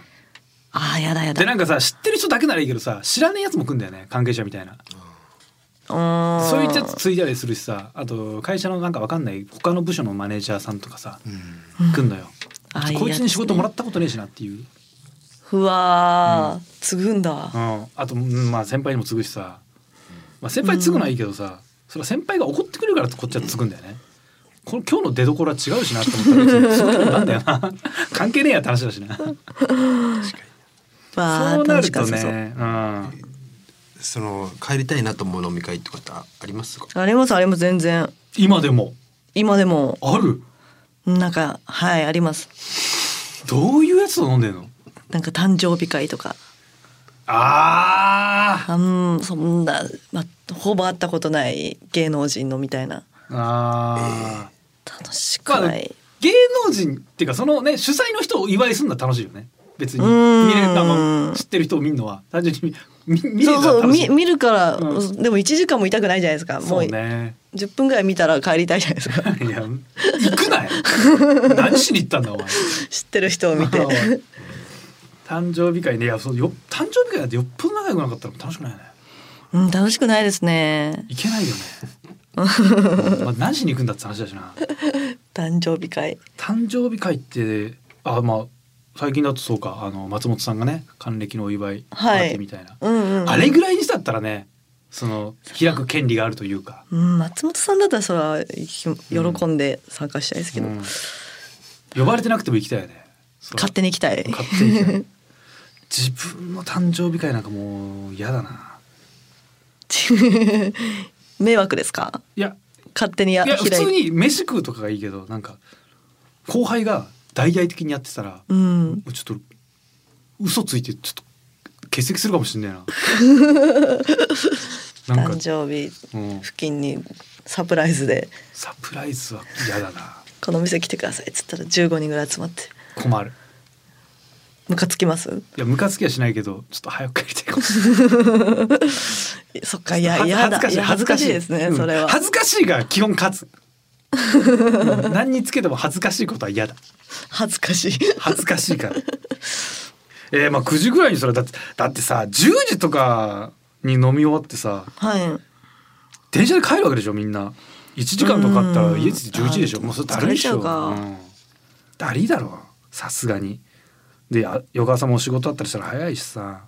Speaker 3: ああやだやだ
Speaker 2: でなんかさ知ってる人だけならいいけどさ知らねえやつも来んだよね関係者みたいな
Speaker 3: うーん
Speaker 2: そういうやつ継いだりするしさあと会社のなんかわかんない他の部署のマネージャーさんとかさ、来んのよ
Speaker 3: あーいいやつね
Speaker 2: こいつに仕事もらったことねえしなっていう、
Speaker 3: うわー、継ぐんだ
Speaker 2: うん、あと、うんまあ、先輩にも継ぐしさ、まあ、先輩継ぐのはいいけどさ、それは先輩が怒ってくれるからこっちは継ぐんだよね。この今日の出所は違うしなと思ったら別に継ぐのもなんだよな 関係ねえやって話だしな。
Speaker 3: わ
Speaker 2: そう
Speaker 3: ー
Speaker 2: な
Speaker 3: 楽
Speaker 2: る
Speaker 3: しか
Speaker 2: と
Speaker 3: ったそう、
Speaker 2: ね、うん、
Speaker 4: その帰りたいなと思う飲み会とかってあありますか
Speaker 3: あれもあれも全然
Speaker 2: 今でも
Speaker 3: 今でも
Speaker 2: ある
Speaker 3: なんかはいあります
Speaker 2: どういうやつと飲んでんの
Speaker 3: なんか誕生日会とか
Speaker 2: あー
Speaker 3: あんそんな、まあ、ほぼ会ったことない芸能人のみたいな
Speaker 2: あー、
Speaker 3: 楽しく
Speaker 2: まあ
Speaker 3: ない、
Speaker 2: 芸能人っていうかそのね主催の人を祝いするのは楽しいよね別に
Speaker 3: うーん
Speaker 2: 見れるあの知ってる人を見るのは単純に見見見れ
Speaker 3: そ
Speaker 2: るのは
Speaker 3: うそう
Speaker 2: 楽しい
Speaker 3: 見見るから、
Speaker 2: う
Speaker 3: でも1時間も痛くないじゃないですかも
Speaker 2: そううね
Speaker 3: 10分ぐらい見たら帰りたいじゃないですか
Speaker 2: いや行くなよ何しに行ったんだお前
Speaker 3: 知ってる人を見て
Speaker 2: 誕生日会ねいやそのよ誕生日会なんてよっぽど仲良くなかったら楽しくないよね
Speaker 3: うん楽しくないですね
Speaker 2: いけないよ ねまあ何しに行くんだって話だしな
Speaker 3: 誕生日会
Speaker 2: 誕生日会ってあまあ最近だとそうかあの松本さんがね還暦のお祝いパ
Speaker 3: は
Speaker 2: ー
Speaker 3: い
Speaker 2: ティーみたいな、
Speaker 3: うんうん
Speaker 2: あれぐらいにしたったらねその開く権利があるというか、
Speaker 3: うん、松本さんだったらそれは喜喜んで参加したいですけど、
Speaker 2: うん呼ばれてなくても行きたいよねそう
Speaker 3: 勝手に行きたい
Speaker 2: 勝手に行きたい自分の誕生日会なんかもう嫌だな
Speaker 3: 迷惑ですか
Speaker 2: いや
Speaker 3: 勝手にや
Speaker 2: いや
Speaker 3: 開
Speaker 2: 普
Speaker 3: いて
Speaker 2: 通に飯食うとかがいいけどなんか後輩が大々的にやってたら、
Speaker 3: うん
Speaker 2: ちょっと嘘ついてちょっと欠席するかもしん ないな。なん
Speaker 3: 誕
Speaker 2: か、
Speaker 3: 生日
Speaker 2: うん、
Speaker 3: 付近にサプライズで
Speaker 2: サプライズは嫌だな。
Speaker 3: 「この店来てください」っつったら15人ぐらい集まって
Speaker 2: 困る。
Speaker 3: ムカつきます
Speaker 2: いやムカつきはしないけどちょっと早く帰りたいかもし
Speaker 3: そっかい
Speaker 2: れな
Speaker 3: や
Speaker 2: い
Speaker 3: いやだいや恥
Speaker 2: 恥ず
Speaker 3: ずか
Speaker 2: か
Speaker 3: し
Speaker 2: し
Speaker 3: い
Speaker 2: い
Speaker 3: ですね、
Speaker 2: うん
Speaker 3: それは
Speaker 2: 恥ずかしいが基本勝つ うん何につけても恥ずかしいことは嫌だ
Speaker 3: 恥ずかしい
Speaker 2: 恥ずかしいからえー、まあ9時ぐらいにそれだってだってさ10時とかに飲み終わってさ
Speaker 3: はい
Speaker 2: 電車で帰るわけでしょみんな1時間とかあったら家着いて11時でしょ
Speaker 3: うん
Speaker 2: もうそれだるいでしょ
Speaker 3: 疲れちゃうか
Speaker 2: んだるいだろさすがにであ横川さんもお仕事あったりしたら早いしさ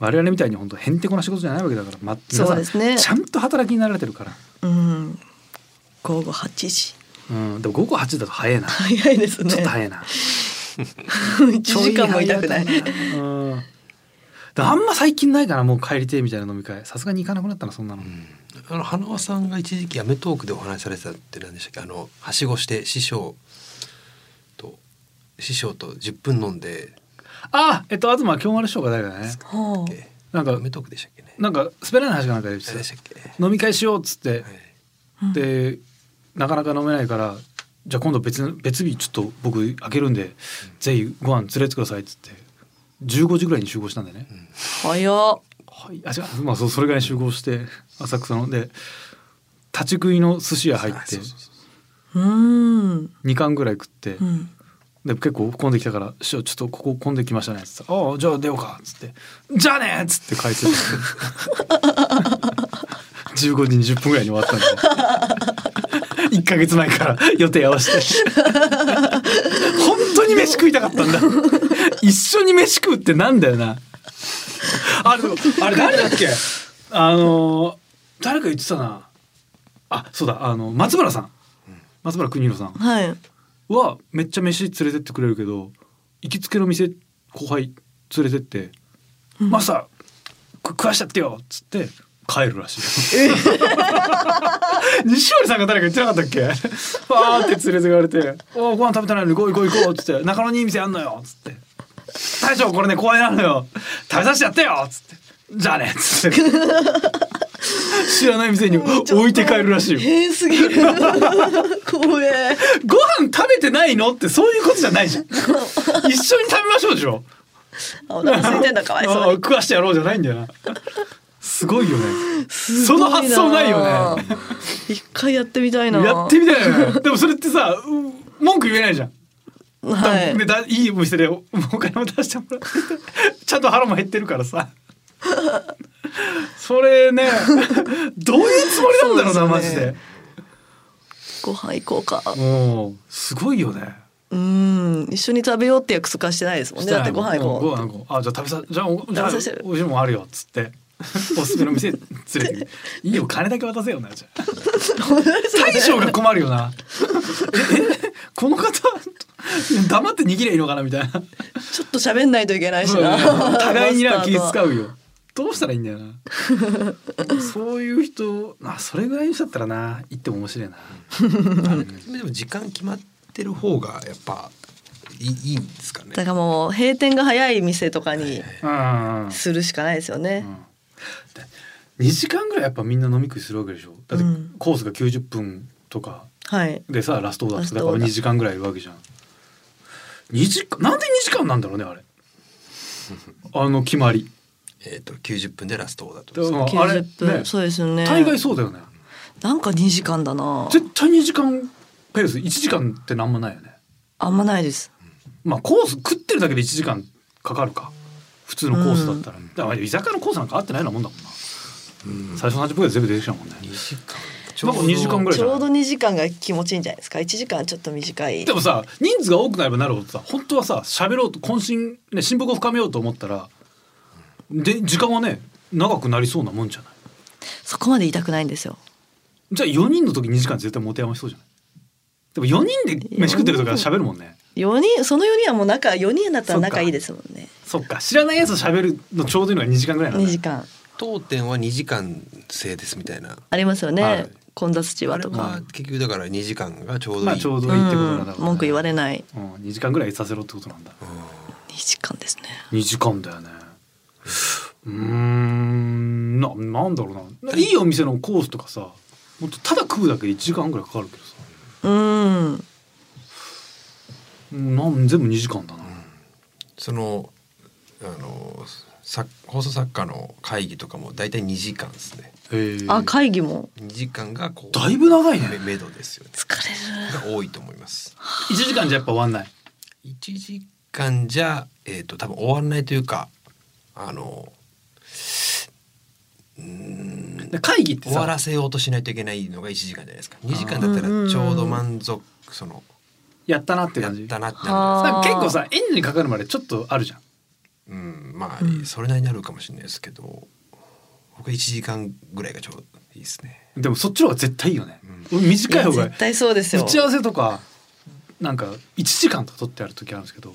Speaker 2: 我々みたいに本当へんてこな仕事じゃないわけだから、ま、皆
Speaker 3: そう
Speaker 2: さん
Speaker 3: ですね
Speaker 2: ちゃんと働きになられてるから、
Speaker 3: うん午後8時
Speaker 2: うん、でも午後8時だと早いなち
Speaker 3: 早いです ね
Speaker 2: ょっと早いな
Speaker 3: 1 時間もいたくない
Speaker 2: ちょい早いなうんであんま最近ないかなもう帰りてえみたいな飲み会さすがに行かなくなったなそんなの、
Speaker 4: あの花輪さんが一時期『アメトーーク』でお話しされてたって何でしたっけあのはしごして師匠と師匠と10分飲んで
Speaker 2: あえっと東京丸師匠が誰かね
Speaker 3: は
Speaker 4: え
Speaker 2: なん
Speaker 4: ア
Speaker 2: か
Speaker 4: メトーークでしたっけね
Speaker 2: なんか滑らない話かなんかで言って
Speaker 4: 何
Speaker 2: た
Speaker 4: でしたっけ
Speaker 2: 飲み会しようっつって、
Speaker 4: はい
Speaker 3: あ
Speaker 2: でなかなか飲めないからじゃあ今度別の別日ちょっと僕開けるんで、ぜひご飯連れてってくださいっつって15時ぐらいに集合したんでね、
Speaker 3: 早っ
Speaker 2: はい、あじゃあまあそうそれぐらいに集合して浅草ので立ち食いの寿司屋入っ
Speaker 4: あ
Speaker 2: て
Speaker 4: そうそうそう
Speaker 3: うーん
Speaker 2: 2貫ぐらい食って、
Speaker 3: うん
Speaker 2: で結構混んできたから「師匠ちょっとここ混んできましたね」っつって「ああじゃあ出ようか」っつって「じゃあね」っつって帰ってた 15時20分ぐらいに終わったんで 1か月前から予定合わせて 本当に飯食いたかったんだ一緒に飯食うってなんだよなあれあれ誰だっけあの誰か言ってたなあそうだあの松村さん松村邦洋さん
Speaker 3: はい
Speaker 2: はめっちゃ飯連れてってくれるけど行きつけの店後輩連れてって「マスターく食わしちゃってよ」っつって帰るらしい 西堀さんが誰か言ってなかったっけ わーって連れてかれて「おーご飯食べたないのに行こう行こう行こう」っつって「中野にいい店あんのよ」っつって「大将これね後輩なのよ食べさせてやってよ」っつって「じゃあね」っつって 知らない店に置いて帰るらしいよ
Speaker 3: 変すぎる怖え
Speaker 2: ご飯食べてないのってそういうことじゃないじゃ ん一緒に食べましょうでしょ
Speaker 3: あお腹空いてんだかわい
Speaker 2: あ
Speaker 3: そうに
Speaker 2: 食わしてやろうじゃないんだよなすごいよね
Speaker 3: す
Speaker 2: そ
Speaker 3: ご
Speaker 2: の発想ないよね
Speaker 3: 一回やってみたいな
Speaker 2: やってみたいよねでもそれってさう文句言えないじゃん
Speaker 3: は
Speaker 2: 多分
Speaker 3: い
Speaker 2: ねだいいお店でおお金も出してもらってちゃんと腹も減ってるからさそれ ねどういうつもりなんだろうな
Speaker 3: そう
Speaker 2: マ
Speaker 3: です
Speaker 2: ジ
Speaker 3: よね
Speaker 2: で
Speaker 3: ご飯行こうか
Speaker 2: もうすごいよね
Speaker 3: うん一緒に食べようって約束はしてないですもんねだってご飯行
Speaker 2: うんご
Speaker 3: こ
Speaker 2: 飯行こうあじゃあ食べさじゃあおじゃあ
Speaker 3: 食べさせる
Speaker 2: 美味しいもんあるよっつ っておすすめの店連れてくいいよ金だけ渡せよなじゃ あ大将が困るよなええこの方黙って握りゃいいのかなみたいな
Speaker 3: うちょっと喋んないといけないし な
Speaker 2: 互いにな気使
Speaker 3: う
Speaker 2: うよどうしたらいいんだよなそういう人あそれぐらいにしちゃったらな行っても面 白いな
Speaker 4: でも時間決まってる方がやっぱいいいいんですかね
Speaker 3: だからもう閉店が早い店とかに
Speaker 2: うん
Speaker 3: するしかないですよね、
Speaker 2: 2時間ぐらいやっぱみんな飲み食いするわけでしょだって
Speaker 3: うん
Speaker 2: コースが90分とか
Speaker 3: はい
Speaker 2: でさラストオーダーっつって
Speaker 3: ラ
Speaker 2: だ
Speaker 3: ス
Speaker 2: か
Speaker 3: トオー
Speaker 2: ら
Speaker 3: ダー
Speaker 2: 2時間ぐらいいるわけじゃん2時間なんで2時間なんだろうね あれあの決まり
Speaker 4: えっ、と90分でラストオーダーと
Speaker 2: だ
Speaker 4: か
Speaker 2: からあれ、ね
Speaker 3: 90、分、そうですよね
Speaker 2: 大概そうだよね
Speaker 3: なんか2時間だな
Speaker 2: 絶対2時間ペース1時間ってなんもないよね
Speaker 3: あんまないです
Speaker 2: まあコース食ってるだけで1時間かかるか普通のコースだったら、だから居酒屋のコースなんか合ってないようなもんだもんな
Speaker 4: うん
Speaker 2: 最初の30分で全部出てきちゃうもんね
Speaker 4: 2時間
Speaker 2: なんか2時間ぐらい
Speaker 3: ち
Speaker 2: じゃ
Speaker 3: ょ
Speaker 2: な
Speaker 3: う
Speaker 2: い
Speaker 3: ど2時間が気持ちいいんじゃないですか1時間ちょっと短い
Speaker 2: でもさ人数が多くなればなるほどさ本当はさ喋ろうと渾身ね親睦を深めようと思ったらで時間はね長くなりそうなもんじゃない
Speaker 3: そこまで痛くないんですよ
Speaker 2: じゃあ4人の時2時間絶対持て余しそうじゃないでも4人で飯食ってる時は喋るもんね
Speaker 3: 4人その4人はもう仲4人だったら仲いいですもんね
Speaker 2: そっか知らないやつと喋るのちょうどいいのが2時間ぐらいなん
Speaker 3: 2
Speaker 2: だ
Speaker 3: 時間
Speaker 4: 当店は2時間制ですみたいな
Speaker 3: ありますよね、
Speaker 2: はい
Speaker 3: 混雑地
Speaker 4: あ
Speaker 3: は
Speaker 4: れ
Speaker 3: と
Speaker 4: は
Speaker 3: か、
Speaker 4: 結局だから2時間がちょうどいい、
Speaker 2: まあちょうどいいってことなんだろうね
Speaker 3: うん文句言われない
Speaker 2: うん、2時間ぐらいさせろってことなんだ
Speaker 3: 2時間ですね
Speaker 2: 2時間だよねうーんななんだろうないいお店のコースとかさもっとただ食うだけで1時間ぐらいかかるけどさ
Speaker 3: うん
Speaker 2: うんなん全部2時間だな、
Speaker 4: そのあのさ放送作家の会議とかも大体2時間ですね
Speaker 3: あ会議も
Speaker 4: 2時間がこう
Speaker 2: だいぶ長いね
Speaker 4: めめどですよね
Speaker 3: 疲れる
Speaker 4: が多いと思います
Speaker 2: 1時間じゃやっぱ終わんない
Speaker 4: 1時間じゃえっ、と多分終わんないというかあのうーん
Speaker 2: で会議って
Speaker 4: 終わ
Speaker 2: さ
Speaker 4: らせようとしないといけないのが1時間じゃないですか2時間だったらちょうど満足その
Speaker 2: やったなって
Speaker 4: やっ
Speaker 2: 感じ
Speaker 4: たなってなるじゃないです
Speaker 2: さ
Speaker 3: あ
Speaker 4: か
Speaker 2: 結
Speaker 3: ー
Speaker 2: 構さエンジンかかるまでちょっとあるじゃん
Speaker 4: うん、ま
Speaker 3: う
Speaker 4: あ
Speaker 3: ん
Speaker 4: それなりになるかもしれないですけど僕1時間ぐらいがちょうどいいですね。
Speaker 2: でもそっちの方が絶対いいよね、俺短い方がいい
Speaker 3: 絶対そうですよ
Speaker 2: 打ち合わせとかなんか1時間とか取ってある時あるんですけど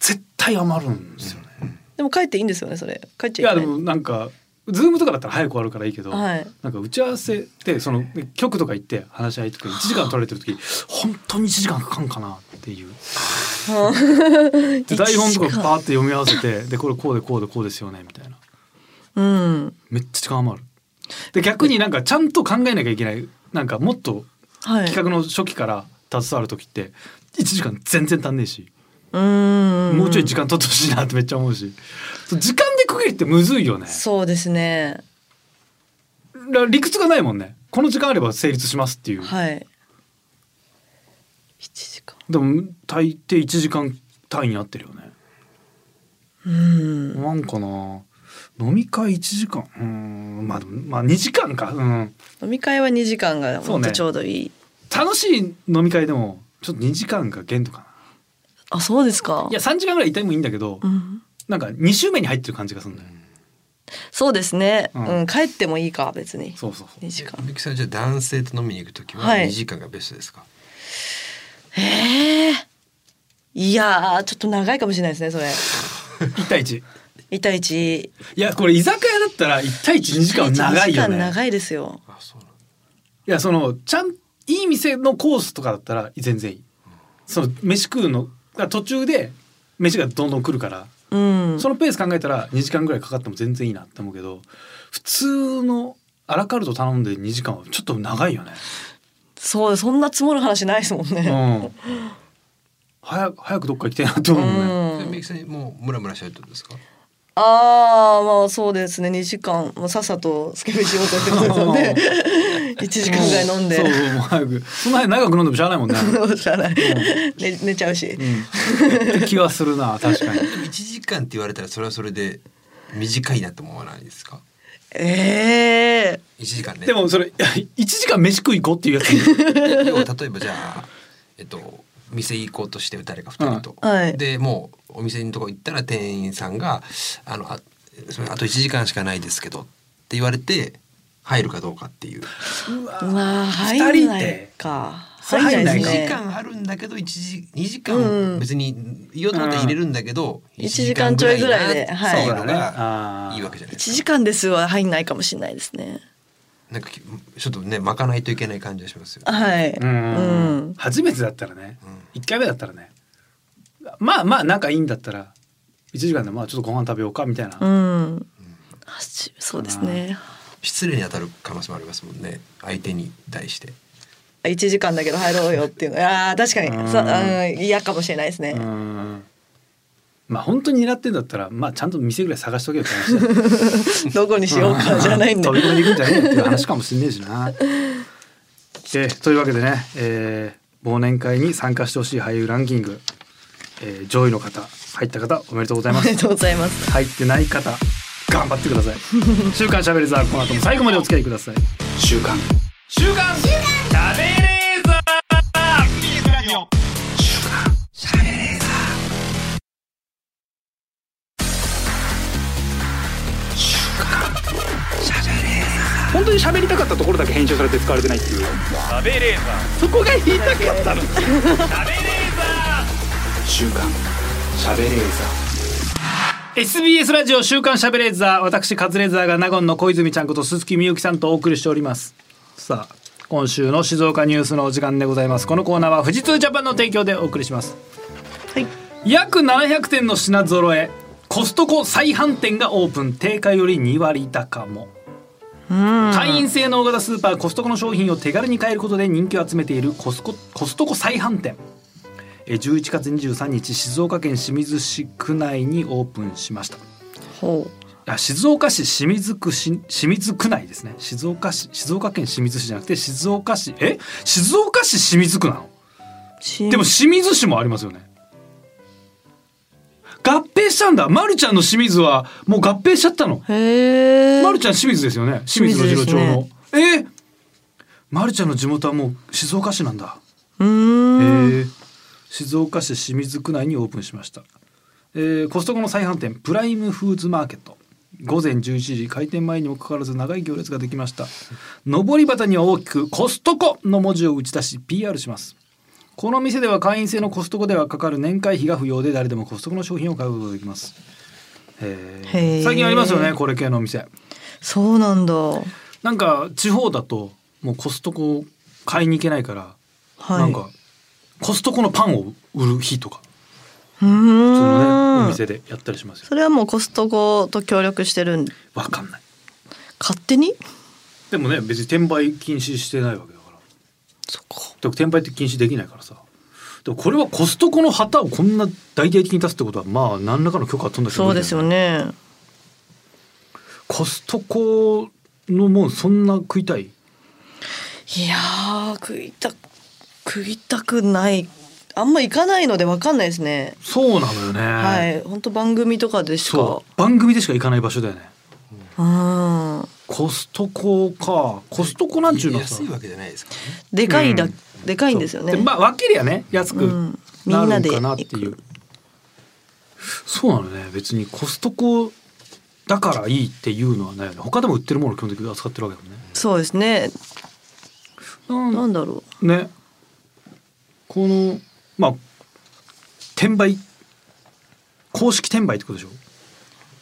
Speaker 2: 絶対余るんですよね、
Speaker 3: でも帰っていいんですよねそれ帰っち
Speaker 2: い
Speaker 3: ゃ
Speaker 2: や
Speaker 3: いけ
Speaker 2: で
Speaker 3: ない
Speaker 2: もなんかズームとかだったら早く終わるからいいけど、
Speaker 3: はい
Speaker 2: なんか打ち合わせでその局とか行って話し合いとか1時間取られてる時本当に1時間かかんかなっていうで 台本とかパーって読み合わせて でこれこうでこうでこうですよねみたいな
Speaker 3: うん
Speaker 2: めっちゃ時間余るで逆になんかちゃんと考えなきゃいけないなんかもっと
Speaker 3: はい
Speaker 2: 企画の初期から携わる時って1時間全然足んねえし、
Speaker 3: うん
Speaker 2: もうちょい時間取ってほしいなってめっちゃ思うしそう時間で区切りってむずいよね
Speaker 3: そうですね
Speaker 2: ら理屈がないもんねこの時間あれば成立しますっていう、
Speaker 3: はい7時間
Speaker 2: でも大抵1時間単位になってるよね
Speaker 3: うん
Speaker 2: なんかな飲み会1時間うーんまあでもまあ2時間かうん
Speaker 3: 飲み会は2時間が
Speaker 2: そう
Speaker 3: 本
Speaker 2: ね
Speaker 3: 当ちょうどいい、
Speaker 2: 楽しい飲み会でもちょっと2時間が限度か
Speaker 3: あそうですか
Speaker 2: ないや3時間ぐらいいてもいいんだけど、
Speaker 3: うん、
Speaker 2: なんか2週目に入ってる感じがするんだよ、
Speaker 3: そうですね、
Speaker 2: う
Speaker 3: うんん帰ってもいいか別に
Speaker 2: そうそうそう
Speaker 3: 2時間
Speaker 4: ミキさんじゃあ男性と飲みに行くときは
Speaker 3: はい
Speaker 4: 2時間がベストですか、
Speaker 3: ええいやーちょっと長いかもしれないですねそれ
Speaker 2: 1対1
Speaker 3: 一対一
Speaker 2: いやこれ居酒屋だったら1対12時間は長いよ
Speaker 3: 一対一二時間
Speaker 2: ね
Speaker 3: 長いですよ
Speaker 4: あそうなんだ
Speaker 2: いやそのちゃんいい店のコースとかだったら全然いいその飯食うのあ途中で飯がどんどん来るから
Speaker 3: うん
Speaker 2: そのペース考えたら2時間ぐらいかかっても全然いいなって思うけど普通のアラカルト頼んで2時間はちょっと長いよね、
Speaker 3: そうそんな積もる話ないですもん
Speaker 2: う
Speaker 3: ね
Speaker 2: ん、早く早くどっか行きたいなって思うもんね、
Speaker 4: で
Speaker 3: うん
Speaker 4: ミキさんもうムラムラしちゃうってことですか
Speaker 3: ああまあそうですね2時間、まあ、さっさとスケベしようとってことです よね1時間ぐらい飲ん
Speaker 2: そう
Speaker 3: で
Speaker 2: そうもう早くそんなに長く飲んでもしゃあないもんね、
Speaker 3: そうじゃない寝寝ちゃうし、
Speaker 2: うん、って気はするな確かに
Speaker 4: でも1時間って言われたらそれはそれで短いなと思わないですか
Speaker 3: ええ
Speaker 4: 1時間ね
Speaker 2: でもそれ1 時間飯食い行こうっていうやつに
Speaker 4: 要は例えばじゃあえっと店行こうとして誰か2人と、
Speaker 3: うんはい
Speaker 4: でもうお店のとこ行ったら店員さんが「あのあすみませんあと1時間しかないですけど」って言われて入るかどうかっていう
Speaker 3: ー、まあ
Speaker 2: 二
Speaker 3: 入
Speaker 2: 人
Speaker 3: んな
Speaker 2: で
Speaker 3: いか
Speaker 2: それ入んないか
Speaker 3: で
Speaker 4: 2時
Speaker 3: す
Speaker 4: 間あるんだけど1時2時
Speaker 3: う
Speaker 4: 間
Speaker 3: ん
Speaker 4: 別に言おうと思ったら入れるんだけど、
Speaker 3: うん一時間ちょいぐらいで
Speaker 4: なってい
Speaker 2: はい
Speaker 4: うのが
Speaker 2: そうだね
Speaker 4: いいわけじゃないです
Speaker 3: 1
Speaker 4: か。
Speaker 3: 時間ですは入んないかもしれないですね
Speaker 4: なんかきちょっとね巻かないといけない感じがしますよ、ね。
Speaker 3: はい、
Speaker 2: うん
Speaker 3: うん
Speaker 2: 初めてだったらね
Speaker 4: うん
Speaker 2: 1回目だったらねまあまあ仲いいんだったら1時間でまあちょっとご飯食べようかみたいな、
Speaker 3: うん。あしそうですね。
Speaker 4: 失礼に当たる可能性もありますもんね相手に対して。
Speaker 3: 一時間だけど入ろうよっていうの。ああ確かに
Speaker 2: うん。
Speaker 3: そううん嫌かもしれないです
Speaker 2: う
Speaker 3: ね。
Speaker 2: んまあ本当に狙ってんだったらまあちゃんと店ぐらい探しとけよって話だよ
Speaker 3: どこにしようかじゃ ないんで
Speaker 2: 飛。び込んでいくんじゃねえよっていう話かもしんねえし な。えーというわけでね、えー忘年会に参加してほしい俳優ランキング、えー上位の方入った方おめでとうござい
Speaker 3: あ
Speaker 2: ま
Speaker 3: り
Speaker 2: す
Speaker 3: が。とうございます。
Speaker 2: 入ってない方頑張ってください。週刊しゃべれザーこの後も最後までお付き合いください。
Speaker 1: 週刊
Speaker 2: 週刊しゃべれザー
Speaker 1: 本当に喋りたかったところだけ編集されて使われてないっていう
Speaker 2: そこが言いたかったの。
Speaker 1: 週刊喋れー
Speaker 2: SBS ラジオ週刊しゃべれーザー私カズレーザーが納言の小泉ちゃんこと鈴木みゆきさんとお送りしておりますさあ今週の静岡ニュースのお時間でございますこのコーナーは富士通ジャパンの提供でお送りします
Speaker 3: はい。
Speaker 2: 約700点の品揃えコストコ再販店がオープン定価より2割高も会員制の大型スーパーコストコの商品を手軽に買えることで人気を集めているコスココストコ再販店えー11月23日静岡県清水市区内にオープンしました
Speaker 3: ほ
Speaker 2: あ静岡市清水区し清水区内ですね静岡市静岡県清水市じゃなくて静岡市え静岡市清水区なの
Speaker 3: うし
Speaker 2: でも清水市もありますよね合併したんだまるちゃんの清水はもう合併しちゃったの
Speaker 3: へえ
Speaker 2: まるちゃん清水ですよね清水の次郎町の、
Speaker 3: 清
Speaker 2: えーまるちゃんの地元はもう静岡市なんだ
Speaker 3: うーん
Speaker 2: えー静岡市清水区内にオープンしました、えーコストコの再販店プライムフーズマーケット午前11時開店前にもかかわらず長い行列ができました上り旗には大きく「コストコ」の文字を打ち出し PR しますこの店では会員制のコストコではかかる年会費が不要で誰でもコストコの商品を買うことができますえー
Speaker 3: へー
Speaker 2: 最近ありますよねこれ系のお店
Speaker 3: そうなんだ
Speaker 2: なんか地方だともうコストコ買いに行けないから
Speaker 3: はい
Speaker 2: なんかコストコのパンを売る日とか
Speaker 3: うー
Speaker 2: 普通のねお
Speaker 3: ん
Speaker 2: 店でやったりしますよ
Speaker 3: それはもうコストコと協力してるん
Speaker 2: わかんない
Speaker 3: 勝手に
Speaker 2: でもね別に転売禁止してないわけだから
Speaker 3: そっか
Speaker 2: でも転売って禁止できないからさでもこれはコストコの旗をこんな大々的に出すってことはまあ何らかの許可は取んなきゃいけ
Speaker 3: そ
Speaker 2: な
Speaker 3: う
Speaker 2: い
Speaker 3: ですよね
Speaker 2: コストコのもうそんな食いたい
Speaker 3: いやー食いた食いたくないあんま行かないのでわかんないですね
Speaker 2: そうなのよね、
Speaker 3: はい本当番組とかでしか
Speaker 2: そう番組でしか行かない場所だよね
Speaker 3: うん
Speaker 2: コストコかコストコなんちゅうのはさ
Speaker 4: 安いわけじゃないですからね
Speaker 3: でかいだ、
Speaker 2: うん
Speaker 3: でかいんですよね
Speaker 2: でまあ分けりゃね安く
Speaker 3: うんみ
Speaker 2: なん
Speaker 3: な
Speaker 2: る
Speaker 3: で
Speaker 2: んかなっていう、
Speaker 3: 行く
Speaker 2: そうなのね別にコストコだからいいっていうのはないよね他でも売ってるものを基本的に扱ってるわけだもんね
Speaker 3: そうですね
Speaker 2: うん
Speaker 3: なんだろ
Speaker 2: ねこのまあ転売公式転売ってことでしょ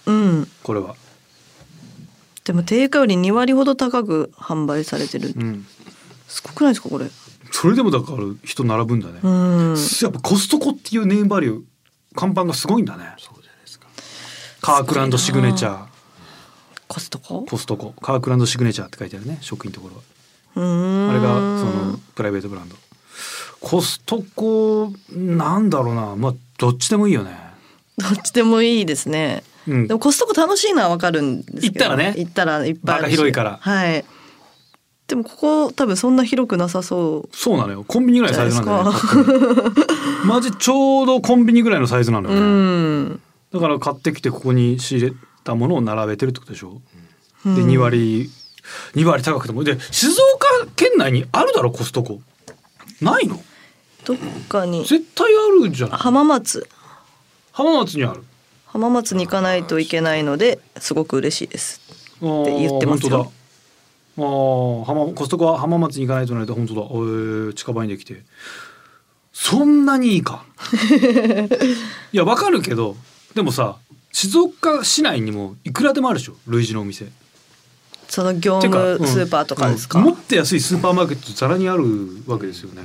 Speaker 3: ううん
Speaker 2: これは、
Speaker 3: でも定価より2割ほど高く販売されてる
Speaker 2: うん、
Speaker 3: すごくないですかこれ
Speaker 2: それでもだから人並ぶんだね、
Speaker 3: うん
Speaker 2: やっぱコストコっていうネームバリュー看板がすごいんだね
Speaker 4: そうじゃないですか
Speaker 2: カークランドシグネチャー
Speaker 3: コストコ
Speaker 2: コストコカークランドシグネチャーって書いてあるね食品のところは
Speaker 3: うーん
Speaker 2: あれがそのプライベートブランド。コストコなんだろうな、まあどっちでもいいよね。
Speaker 3: どっちでもいいですね
Speaker 2: うん
Speaker 3: で。もコストコ楽しいのはわかるんですけど
Speaker 2: 行ったらね
Speaker 3: 行ったらいっぱいあ
Speaker 2: バ
Speaker 3: る
Speaker 2: カ
Speaker 3: し
Speaker 2: 広いから
Speaker 3: はいでもここ多分そんな広くなさそ
Speaker 2: そうなのよ。コンビニぐらいサイズなんだよね。
Speaker 3: じ
Speaker 2: 勝手にマジちょうどコンビニぐらいのサイズなの
Speaker 3: うう
Speaker 2: よね。
Speaker 3: ん
Speaker 2: だから買ってきてここに仕入れたものを並べてるってことでしょ。
Speaker 3: うん
Speaker 2: で2割2割高くてもで静岡県内にあるだろコストコ。ないの？
Speaker 3: どっかに
Speaker 2: 絶対あるじゃん。
Speaker 3: 浜松
Speaker 2: 浜松にある。
Speaker 3: 浜松に行かないといけないのですごく嬉しいです
Speaker 2: あー
Speaker 3: って言ってます
Speaker 2: 本当
Speaker 3: よ
Speaker 2: だあー浜コストコは浜松に行かないとないと本当だ、えー、近場にできてそんなにいい かいやわかるけどでもさ静岡市内にもいくらでもあるでしょ類似のお店
Speaker 3: その業
Speaker 2: てかう
Speaker 3: 務
Speaker 2: ん
Speaker 3: スーパーとかですか、
Speaker 2: うんもっと安いスーパーマーケットざらにあるわけですよね、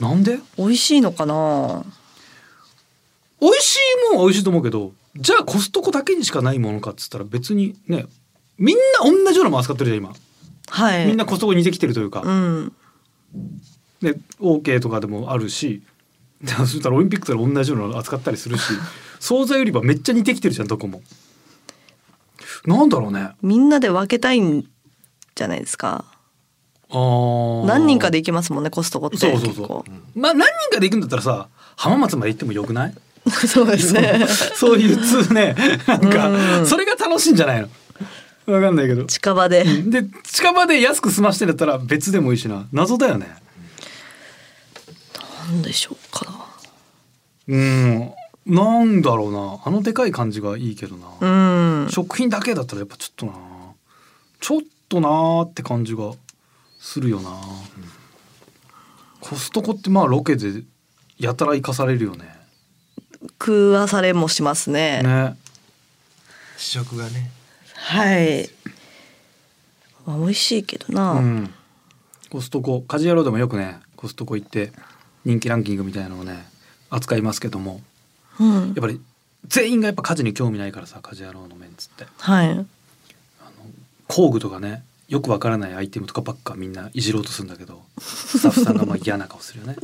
Speaker 2: なんで
Speaker 3: 美味しいのかな
Speaker 2: 美味しいもんは美味しいと思うけどじゃあコストコだけにしかないものかっつったら別にねみんな同じようなもん扱ってるじゃん今
Speaker 3: はい
Speaker 2: みんなコストコに似てきてるというか、
Speaker 3: うん
Speaker 2: で OK とかでもあるしでもそしたらオリンピックとか同じようなの扱ったりす るし惣菜売り場めっちゃ似てきてるじゃんどこも。なんだろうね。
Speaker 3: みんなで分けたいんじゃないですか
Speaker 2: あー
Speaker 3: 何人かで行きますもんねコストコって
Speaker 2: そうそう
Speaker 3: 結構
Speaker 2: そまあ何人かで行くんだったらさ浜松まで行ってもよくない
Speaker 3: そうですね
Speaker 2: そういう通 ねなんかそれが楽しいんじゃないのわかんないけど。
Speaker 3: 近場で
Speaker 2: で近場で安く済ましてんだったら別でもいいしな謎だよね。
Speaker 3: なんでしょうか
Speaker 2: うんなんだろうなあのでかい感じがいいけどな。
Speaker 3: なうん
Speaker 2: 食品だけだったらやっぱちょっとなちょっとなーって感じがするよな、コストコってまあロケでやたら生かされるよね
Speaker 3: 食わされもしますね
Speaker 2: ね
Speaker 4: 試食がね
Speaker 3: はいまあ美味しいけどな、
Speaker 2: うんコストコカジヤローでもよくねコストコ行って人気ランキングみたいなのをね扱いますけども
Speaker 3: うん
Speaker 2: やっぱり全員がやっぱ家事に興味ないからさカジヤローのメンツって
Speaker 3: はい
Speaker 2: 工具とかねよくわからないアイテムとかばっかみんないじろうとするんだけどスタッフさんがまあ嫌な顔するよね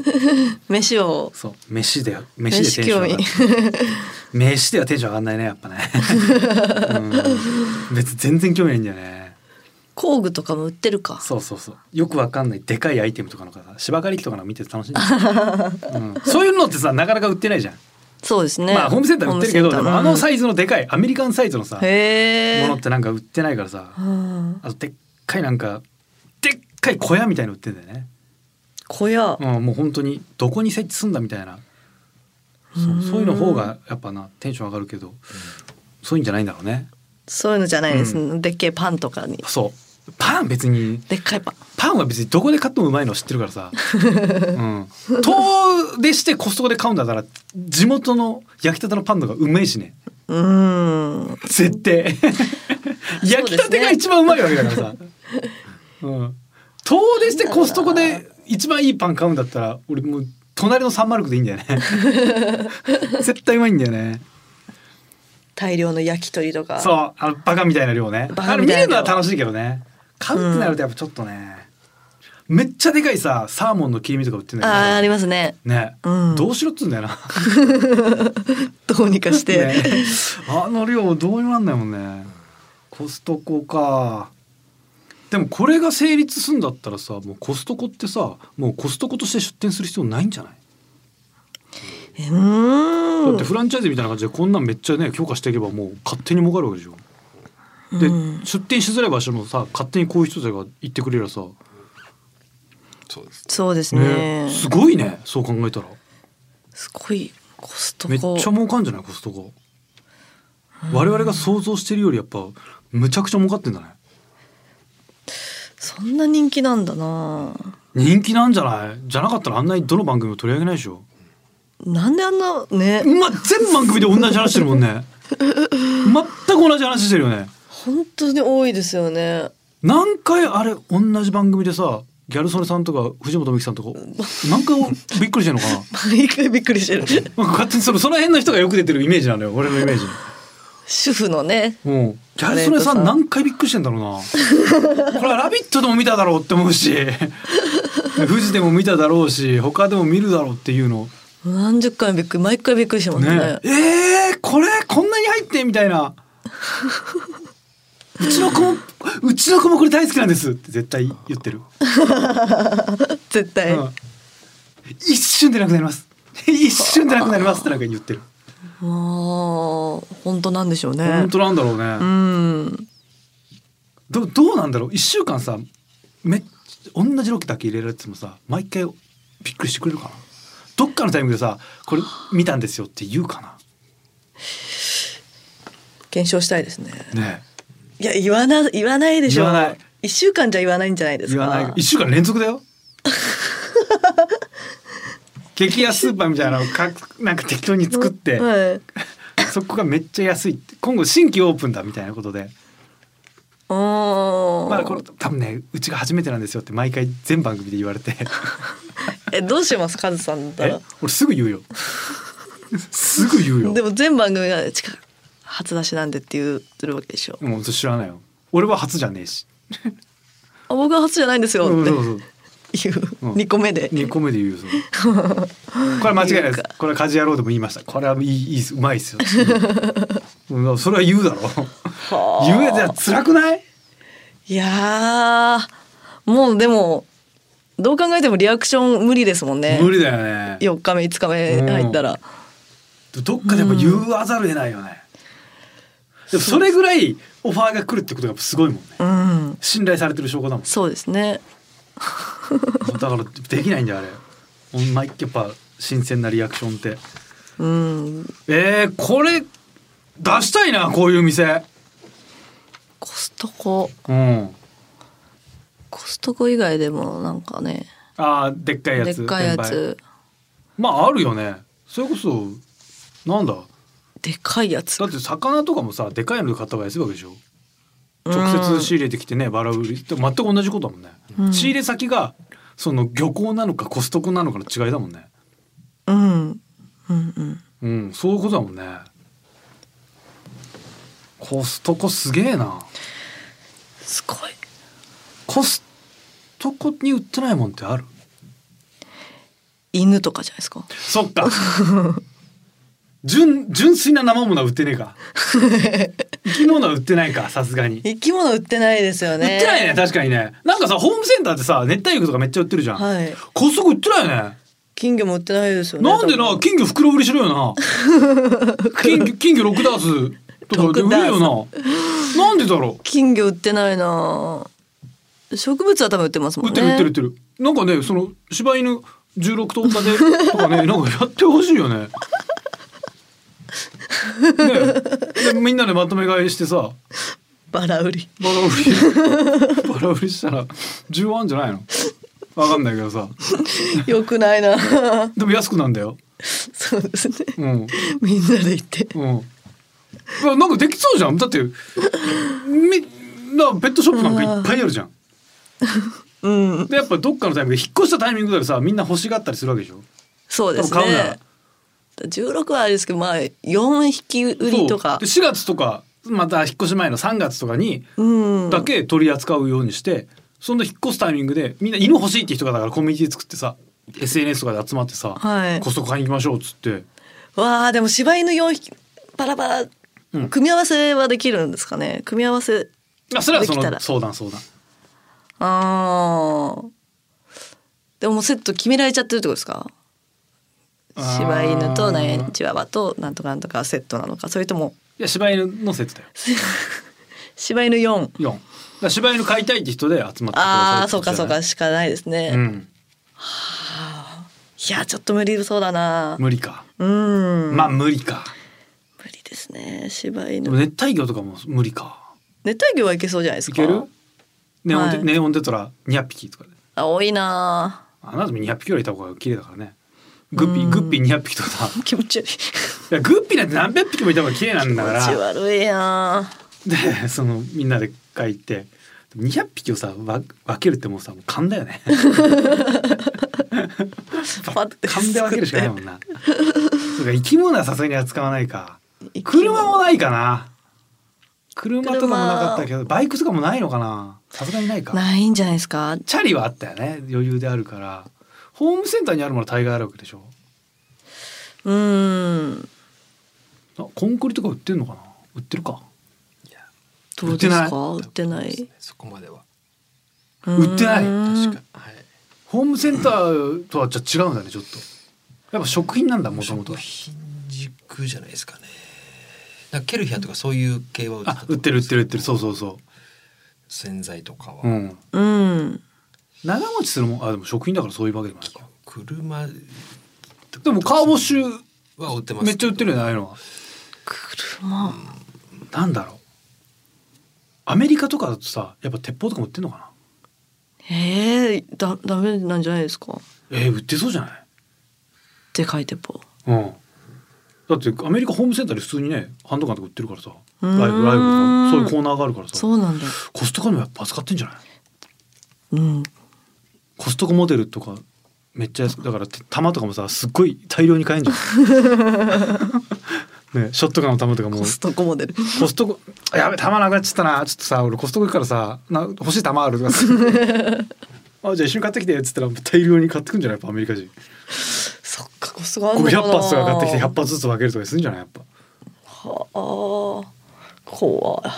Speaker 3: 飯を
Speaker 2: そう飯で飯でテンション上がる
Speaker 3: 飯
Speaker 2: 飯ではテンション上がんないねやっ ぱね、うん、別に全然興味ないんだよね
Speaker 3: 工具とかも売ってるか
Speaker 2: そうそうそうよくわかんないでかいアイテムとかのさ芝刈り機とかの見てて楽しいんですよ、うん、そういうのってさなかなか売ってないじゃん、
Speaker 3: そうですね
Speaker 2: まあホームセンター売ってるけど
Speaker 3: ホー
Speaker 2: で
Speaker 3: ムセンター
Speaker 2: もあのサ
Speaker 3: うん
Speaker 2: イズのでかいアメリカンサイズのさも
Speaker 3: へ
Speaker 2: のっ
Speaker 3: え
Speaker 2: てなんか売ってないからさあとでっかいなんかでっかい小屋みたいの売ってんだよね、
Speaker 3: 小屋
Speaker 2: うん、もう本当にどこに設置すんだみたいなそうそういうの方がやっぱなテンション上がるけど、そういうんじゃないんだろうね
Speaker 3: そういうのじゃないです、
Speaker 2: う
Speaker 3: でっけえパンとかに
Speaker 2: そうパン別に
Speaker 3: でっかいパン
Speaker 2: パンは別にどこで買ってもうまいの知ってるからさ、うん、遠出してコストコで買うんだから地元の焼きたてのパンの方がうめえしね
Speaker 3: うー ん
Speaker 2: 絶対焼きたてが一番うまいわけだからさ、うん、遠出してコストコで一番いいパン買うんだったら俺もう隣のサンマルクでいいん だよね絶対うまいんだよね
Speaker 3: 大量の焼き鳥とか
Speaker 2: そうあのバカみたいな量ね
Speaker 3: バ
Speaker 2: あ
Speaker 3: カ
Speaker 2: れ
Speaker 3: み
Speaker 2: 見
Speaker 3: たいな量
Speaker 2: るのは楽しいけどね買うってなるとやっぱちょっとね、めっちゃでかいさサーモンの切り身とか売ってんだ
Speaker 3: あーあ
Speaker 2: よね
Speaker 3: りますね
Speaker 2: ね、
Speaker 3: うん
Speaker 2: どうしろっつうんだよな
Speaker 3: どうにかして、
Speaker 2: ね あの量どうにもなんないもんねコストコかでもこれが成立すんだったらさもうコストコってさもうコストコとして出店する必要ないんじゃない、
Speaker 3: うー
Speaker 2: だ
Speaker 3: ん
Speaker 2: ってフランチャイズみたいな感じでこんなんめっちゃね強化していけばもう勝手に儲かるわけでしょで、
Speaker 3: うん
Speaker 2: 出店しづらい場所もさ勝手にこういう人たちが行ってくれりゃさ、
Speaker 4: そうです
Speaker 3: そうですね
Speaker 2: ね、すごいねそう考えたら
Speaker 3: すごいコスト
Speaker 2: めっ
Speaker 3: コ
Speaker 2: ちゃ儲かんじゃないコストコ我々が想像してるよりやっぱむちゃくちゃ儲かってんだね
Speaker 3: そんな人気なんだな
Speaker 2: 人気なんじゃないじゃなかったらあんなにどの番組も取り上げないでしょ
Speaker 3: なんであんなね
Speaker 2: ま全番組で同じ話してるもんね全く同じ話してるよね
Speaker 3: 本当に多いですよね
Speaker 2: 何回あれ同じ番組でさギャル曽根さんとか藤本美貴さんとか何回びっくりしてんのかな
Speaker 3: 毎回びっくりしてる
Speaker 2: なんか勝手にそのその辺の人がよく出てるイメージなのよ俺のイメージ
Speaker 3: 主婦のね
Speaker 2: うん、ギャ
Speaker 3: タ
Speaker 2: ル
Speaker 3: レ
Speaker 2: 曽
Speaker 3: ン
Speaker 2: 根
Speaker 3: ト
Speaker 2: さ
Speaker 3: さん
Speaker 2: ん何回びっくりしてんだろうなこれは「ラビット!」でも見ただろうって思うし富士でも見ただろうし他でも見るだろうっていうの
Speaker 3: 何十回もびっくり毎回びっくりしてますね
Speaker 2: ねえー、これこんなに入ってみたいな うちの子もうちの子もこれ大好きなんですって絶対言ってる、
Speaker 3: 絶対、
Speaker 2: うん一瞬でなくなります 一瞬でなくなりますってなんか言ってる
Speaker 3: まあ本当なんでしょうね
Speaker 2: 本当なんだろうね、
Speaker 3: うん
Speaker 2: どどうなんだろう1週間さめっ同じロケだけ入れられててもさ毎回びっくりしてくれるかなどっかのタイミングでさ「これ見たんですよ」って言うか
Speaker 3: 検証したいですね
Speaker 2: なねえ
Speaker 3: いや言わな言わないでしょ
Speaker 2: 言わない
Speaker 3: 一週間じゃ言わないんじゃないです
Speaker 2: 言
Speaker 3: か
Speaker 2: わない1週間連続だよ 激安スーパーみたいなのをかなんか適当に作って、
Speaker 3: はい、
Speaker 2: そこがめっちゃ安いって今後新規オープンだみたいなことで
Speaker 3: おー
Speaker 2: まだこれ多分ねうちが初めてなんですよって毎回全番組で言われて
Speaker 3: えどうしますカズさんだった
Speaker 2: え
Speaker 3: ら
Speaker 2: 俺すぐ言うよすぐ言うよ
Speaker 3: でも全番組が近く初出しなんでって言ってるわけでしょ、
Speaker 2: もう知らないよ俺は初じゃねえし
Speaker 3: あ僕は初じゃないんですよ
Speaker 2: うん
Speaker 3: っ
Speaker 2: そう
Speaker 3: て
Speaker 2: そう
Speaker 3: いう
Speaker 2: うん
Speaker 3: 2個目で、
Speaker 2: 2個目で言うよそれこれ間違いないで
Speaker 3: 言
Speaker 2: す
Speaker 3: うか
Speaker 2: これは「家事野郎」でも言いましたこれはいいいいですうまいですようん それは言うだろ
Speaker 3: はあ
Speaker 2: 言えじゃ辛くない
Speaker 3: いやーもうでもどう考えてもリアクション無理ですもんね
Speaker 2: 無理だよね
Speaker 3: 4日目5日目入ったら、
Speaker 2: どっかでも言わざるを得ないよねでもそれぐらいオファーが来るってことがすごいもんね
Speaker 3: うん、
Speaker 2: 信頼されてる証拠だもん
Speaker 3: そうですね
Speaker 2: だからできないんだよあれほんまやっぱ新鮮なリアクションって
Speaker 3: うん
Speaker 2: えー、これ出したいなこういう店
Speaker 3: コストコ
Speaker 2: うん
Speaker 3: コストコ以外でもなんかね
Speaker 2: あーでっかいや
Speaker 3: で
Speaker 2: つ
Speaker 3: っかいや
Speaker 2: 転売
Speaker 3: つ
Speaker 2: まああるよねそれこそなんだだ
Speaker 3: でっかいやつ
Speaker 2: って魚とかもさでかいので買った方が安いわけでしょ直接仕入れてきてねバラ売りって全く同じことだもんね、
Speaker 3: うん
Speaker 2: 仕入れ先がその漁港なのかコストコなのかの違いだもんね
Speaker 3: うんうんうん
Speaker 2: うんそういうことだもんねコストコすげえな
Speaker 3: すごい
Speaker 2: コストコに売ってないもんってある
Speaker 3: 犬とかじゃないですか。
Speaker 2: そ っか純純粋な生ものは売ってねえか生き物は売ってないかさすがに
Speaker 3: 生き物売ってないですよね。
Speaker 2: 売ってないね。確かにねなんかさホームセンターってさ熱帯魚とかめっちゃ売ってるじゃん、
Speaker 3: はい。
Speaker 2: コストコ売ってないよね
Speaker 3: 金魚も売ってないですよね。
Speaker 2: なんで
Speaker 3: 多
Speaker 2: な
Speaker 3: 分
Speaker 2: 金魚袋売りしろ よな金魚金魚6ダースとかで売れよななんでだろう
Speaker 3: 金魚売ってないな。植物は多分売ってますも
Speaker 2: 売
Speaker 3: ん
Speaker 2: っ
Speaker 3: ね。
Speaker 2: てる売ってる売ってるなんかねその柴犬16頭立てとかねなんかやってほしいよ ねねでみんなでまとめ買いしてさ
Speaker 3: バラ売り。
Speaker 2: バラ売りバラ売りしたら10万じゃないのわかんないけどさ
Speaker 3: よくない な。
Speaker 2: でも安くなんだよ
Speaker 3: そうですね。
Speaker 2: うん
Speaker 3: みんなで行って。
Speaker 2: うんいやなんかできそうじゃんだってみなペットショップなんかいっぱいあるじゃん
Speaker 3: うん。
Speaker 2: でやっぱどっかのタイミングで引っ越したタイミングでさみんな欲しがったりするわけでしょ
Speaker 3: そうです
Speaker 2: 多分買うなら
Speaker 3: ね。十六はあれですけど、まあ四匹売りとか
Speaker 2: そう。で4月とかまた引っ越し前の3月とかに
Speaker 3: うん。
Speaker 2: だけ取り扱うようにして、その引っ越すタイミングでみんな犬欲しいって人がだからコミュニティ作ってさ SNS とかで集まってさ、
Speaker 3: はい
Speaker 2: コストコ買いに行きましょうっつって
Speaker 3: わあでも柴犬4匹バラバラ、
Speaker 2: うん
Speaker 3: 組み合わせはできるんですかね組み合わせ
Speaker 2: あそれはそ
Speaker 3: できた
Speaker 2: の
Speaker 3: ら
Speaker 2: 相談相談
Speaker 3: あーでももうセット決められちゃってるってことですか柴犬と何
Speaker 2: あ
Speaker 3: や
Speaker 2: ー
Speaker 3: チワワとなんとかなんとかセットなのかそれとも
Speaker 2: いや柴犬のセットだよ
Speaker 3: 柴犬4
Speaker 2: 4だから柴犬飼いたいって人で集まってください
Speaker 3: あーそうか
Speaker 2: って
Speaker 3: そ
Speaker 2: こ
Speaker 3: う
Speaker 2: とだよ
Speaker 3: か
Speaker 2: ね
Speaker 3: しかないですね、
Speaker 2: うん
Speaker 3: いやちょっと無理そうだな
Speaker 2: 無理か、
Speaker 3: うん、
Speaker 2: まあ無理か
Speaker 3: 無理ですね柴
Speaker 2: でも
Speaker 3: 犬
Speaker 2: 熱帯魚とかも無理か
Speaker 3: 熱帯魚はいけそうじゃないです
Speaker 2: い
Speaker 3: か
Speaker 2: けるネオンテ、
Speaker 3: はい
Speaker 2: ネオンテトラ200匹とかで
Speaker 3: あ多いな
Speaker 2: あなたも200匹ぐらいいた方が綺麗だからねグッピ
Speaker 3: う
Speaker 2: ー
Speaker 3: ん
Speaker 2: グッピー200匹とかさ
Speaker 3: ー気持ち悪い
Speaker 2: いやグッピーなんて何百匹もいた方が綺麗なん
Speaker 3: 気
Speaker 2: だか
Speaker 3: 持ち
Speaker 2: ら
Speaker 3: 悪いな
Speaker 2: でそのみんなで書いて200匹をさわ分けるってもうさもう勘だよね
Speaker 3: パッて
Speaker 2: 勘で分け るしかないもんなそうか生き物はさすがに扱わないか
Speaker 3: 生き物
Speaker 2: 車もないかな車とかもなかったけどバイクとかもないのかなさすがにないか
Speaker 3: ないんじゃないですか
Speaker 2: チャリはあったよね余裕であるからホームセンターにあるものは大概あるわけでしょ
Speaker 3: うーん
Speaker 2: あコンクリとか売ってんのかな売ってるか
Speaker 4: いや
Speaker 3: どうですか
Speaker 4: 売
Speaker 3: 売
Speaker 4: っ
Speaker 3: ってて
Speaker 4: な
Speaker 3: ないい
Speaker 4: そこまでは
Speaker 2: 売ってない
Speaker 4: 確
Speaker 3: 確
Speaker 4: かはい
Speaker 2: ホームセンターとはじゃあ違うんだねちょっとやっぱ食品なんだもともと
Speaker 4: 食品軸じゃないですかねだからケルヒアとかそういう系は売ってた
Speaker 2: あ
Speaker 4: と
Speaker 2: 売
Speaker 4: 思
Speaker 2: ってる売ってる売ってるそううそうそ
Speaker 4: 洗剤とかは、
Speaker 2: ううん
Speaker 3: うん
Speaker 2: 長持ちするもんあでも食品だからそういうわけでもないか
Speaker 4: 車
Speaker 2: でもカーボッシュ
Speaker 4: は売ってます
Speaker 2: めっちゃ売ってるよねああいうのは
Speaker 3: 車
Speaker 2: なんだろうアメリカとかだとさやっぱ鉄砲とかも売ってんのかな
Speaker 3: ええだダメなんじゃないですか
Speaker 2: えー売ってそうじゃない
Speaker 3: でかい鉄砲
Speaker 2: うん、だってアメリカホームセンターで普通にねハンドガンとか売ってるからさ
Speaker 3: う
Speaker 2: ラ
Speaker 3: ー
Speaker 2: イ
Speaker 3: ん
Speaker 2: ブライブとかそういうコーナーがあるからさ
Speaker 3: そうなんだ
Speaker 2: コストコにもやっぱ扱ってんじゃない
Speaker 3: うん
Speaker 2: コストコモデルとかめっちゃ安くだからて弾とかもさすっごい大量に買えんじゃ んねショットガンの弾とかも
Speaker 3: コストコモデル
Speaker 2: コストコあやべ弾なくなっちゃったなちょっとさ俺コストコ行くからさな欲しい弾あるとか さあじゃあ一緒に買ってきてっつったら大量に買ってくんじゃないやっぱアメリカ人
Speaker 3: そっかコストコあんのか
Speaker 2: 500
Speaker 3: な
Speaker 2: 発とか買ってきて100発ずつ分けるとかするんじゃないやっぱ
Speaker 3: はあ怖い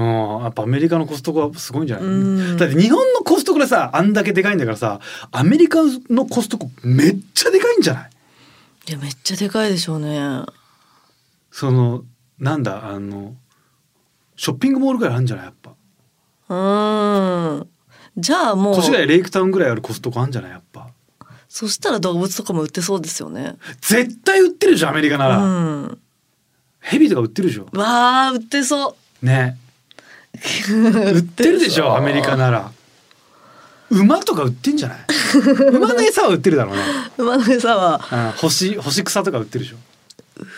Speaker 2: うん、やっぱアメリカのコストコはすごいんじゃない、
Speaker 3: うん
Speaker 2: だって日本のコストコでさあんだけでかいんだからさアメリカのコストコめっちゃでかいんじゃない
Speaker 3: いやめっちゃでかいでしょうね
Speaker 2: そのなんだあのショッピングモールぐらいあるんじゃないやっぱ
Speaker 3: うんじゃあもう
Speaker 2: 越谷レイクタウンぐらいあるコストコあるんじゃないやっぱ
Speaker 3: そしたら動物とかも売ってそうですよね
Speaker 2: 絶対売ってるじゃんアメリカ
Speaker 3: う
Speaker 2: なら、
Speaker 3: ん
Speaker 2: ヘビとか売ってるでしょ
Speaker 3: わあ売ってそう
Speaker 2: ね売ってるでしょアメリカなら馬とか売ってんじゃない馬の餌は売ってるだろうね、
Speaker 3: 馬の餌は
Speaker 2: うん、星星草とか売ってるでしょ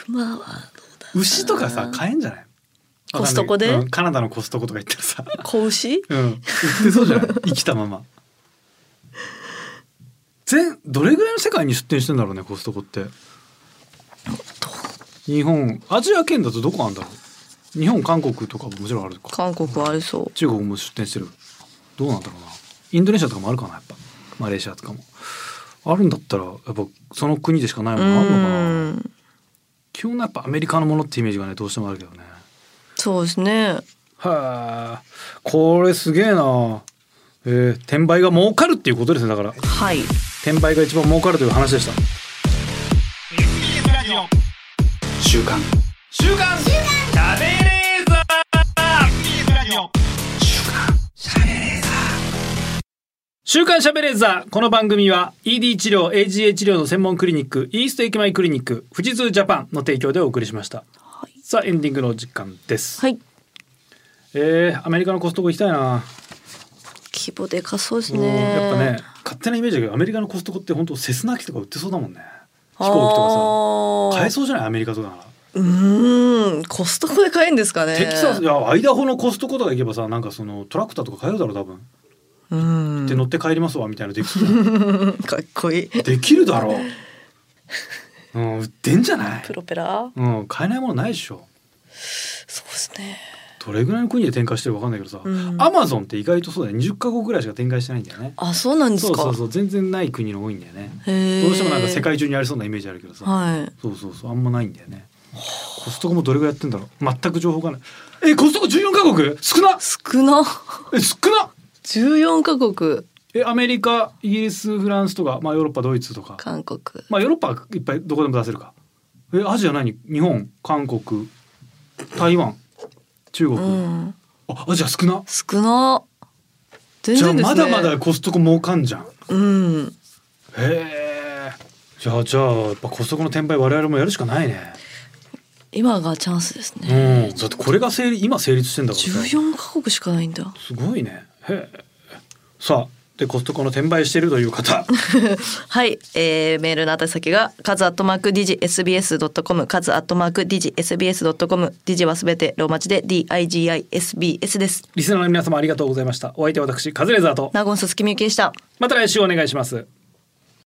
Speaker 3: 馬は
Speaker 2: 牛とかさ買えんじゃない
Speaker 3: コストコで
Speaker 2: わかんないうんカナダのコストコとか行ったらさ
Speaker 3: 子牛
Speaker 2: うん売ってそうじゃない生きたまま全どれぐらいの世界に出店してんだろうねコストコって日本アジア圏だとどこあんだろう日本韓国とかももちろんあるか
Speaker 3: 韓国はありそう
Speaker 2: 中国も出店してるどうなんだろうなインドネシアとかもあるかなやっぱマレーシアとかもあるんだったらやっぱその国でしかないものあるのかな
Speaker 3: うん
Speaker 2: 基本やっぱアメリカのものってイメージがねどうしてもあるけどね
Speaker 3: そうですね。
Speaker 2: はあこれすげえなえー、転売が儲かるっていうことですねだから
Speaker 3: はい。
Speaker 2: 転売が一番儲かるという話でした
Speaker 1: 週刊
Speaker 2: 週刊シャベレーザーこの番組は ED 治療 AGA 治療の専門クリニックイースト駅前クリニック富士通ジャパンの提供でお送りしました、
Speaker 3: はい
Speaker 2: さあエンディングの時間です、
Speaker 3: はい。
Speaker 2: えー、アメリカのコストコ行きたいな、
Speaker 3: 規模でかそうです
Speaker 2: うん
Speaker 3: ね。
Speaker 2: やっぱね。勝手なイメージだけどアメリカのコストコって本当セスナ機とか売ってそうだもんね飛行機と
Speaker 3: と
Speaker 2: かさ買えそうじゃないアメリカとかなら
Speaker 3: うーん、コストコで買えんですかね。
Speaker 2: テキサスいやアイダホのコストコとか行けばさなんかそのトラクターとか買えるだろう多分
Speaker 3: うん。
Speaker 2: で乗って帰りますわみたいなできる じゃん
Speaker 3: かっこいい。
Speaker 2: できるだろう、 うん、売ってんじゃない
Speaker 3: プロペラ。
Speaker 2: うん、買えないものないでしょ
Speaker 3: そうですね。
Speaker 2: どれぐらいの国で展開してるか分かんないけどさ、
Speaker 3: うん
Speaker 2: アマゾンって意外とそうだよ20カ国ぐらいしか展開してないんだよね
Speaker 3: あ、そうなんです
Speaker 2: そう
Speaker 3: か。
Speaker 2: そうそう全然ない国の多いんだよね
Speaker 3: へー
Speaker 2: どうしてもなんか世界中にありそうなイメージあるけどさ、
Speaker 3: はい。
Speaker 2: そうそうそうあんまないんだよねコストコもどれぐらいやってんだろう全く情報がないえコストコ14カ国少な
Speaker 3: 少な。
Speaker 2: え少な
Speaker 3: 十四カ国、
Speaker 2: えアメリカイギリスフランスとか、まあ、ヨーロッパドイツとか
Speaker 3: 韓国。
Speaker 2: まあヨーロッパはいっぱいどこでも出せるかえアジア何日本韓国台湾中国、
Speaker 3: うん。
Speaker 2: あアジア少な
Speaker 3: 少な。全
Speaker 2: じゃあ
Speaker 3: 然です
Speaker 2: ま
Speaker 3: ね。
Speaker 2: だまだ。コストコ儲かんじゃん
Speaker 3: うん。
Speaker 2: へえじゃあじゃあやっぱコストコの転売我々もやるしかないね
Speaker 3: 今がチャンスですね。
Speaker 2: うんだってこれが成立今成立してんだから
Speaker 3: 十
Speaker 2: さ
Speaker 3: 四カ国しかないんだ。
Speaker 2: すごいねへえさあでコストコの転売してるという方
Speaker 3: はい、えーメールの宛先がカズアットマークディジ SBS ドットコム、カズアットマークディジ SBS ドットコム、ディジはすべてローマ字で D I G I S B S です。
Speaker 2: リスナーの皆様ありがとうございましたお相手は私カズレーザーと
Speaker 3: ナゴンススキミユキでした。
Speaker 2: また来週お願いします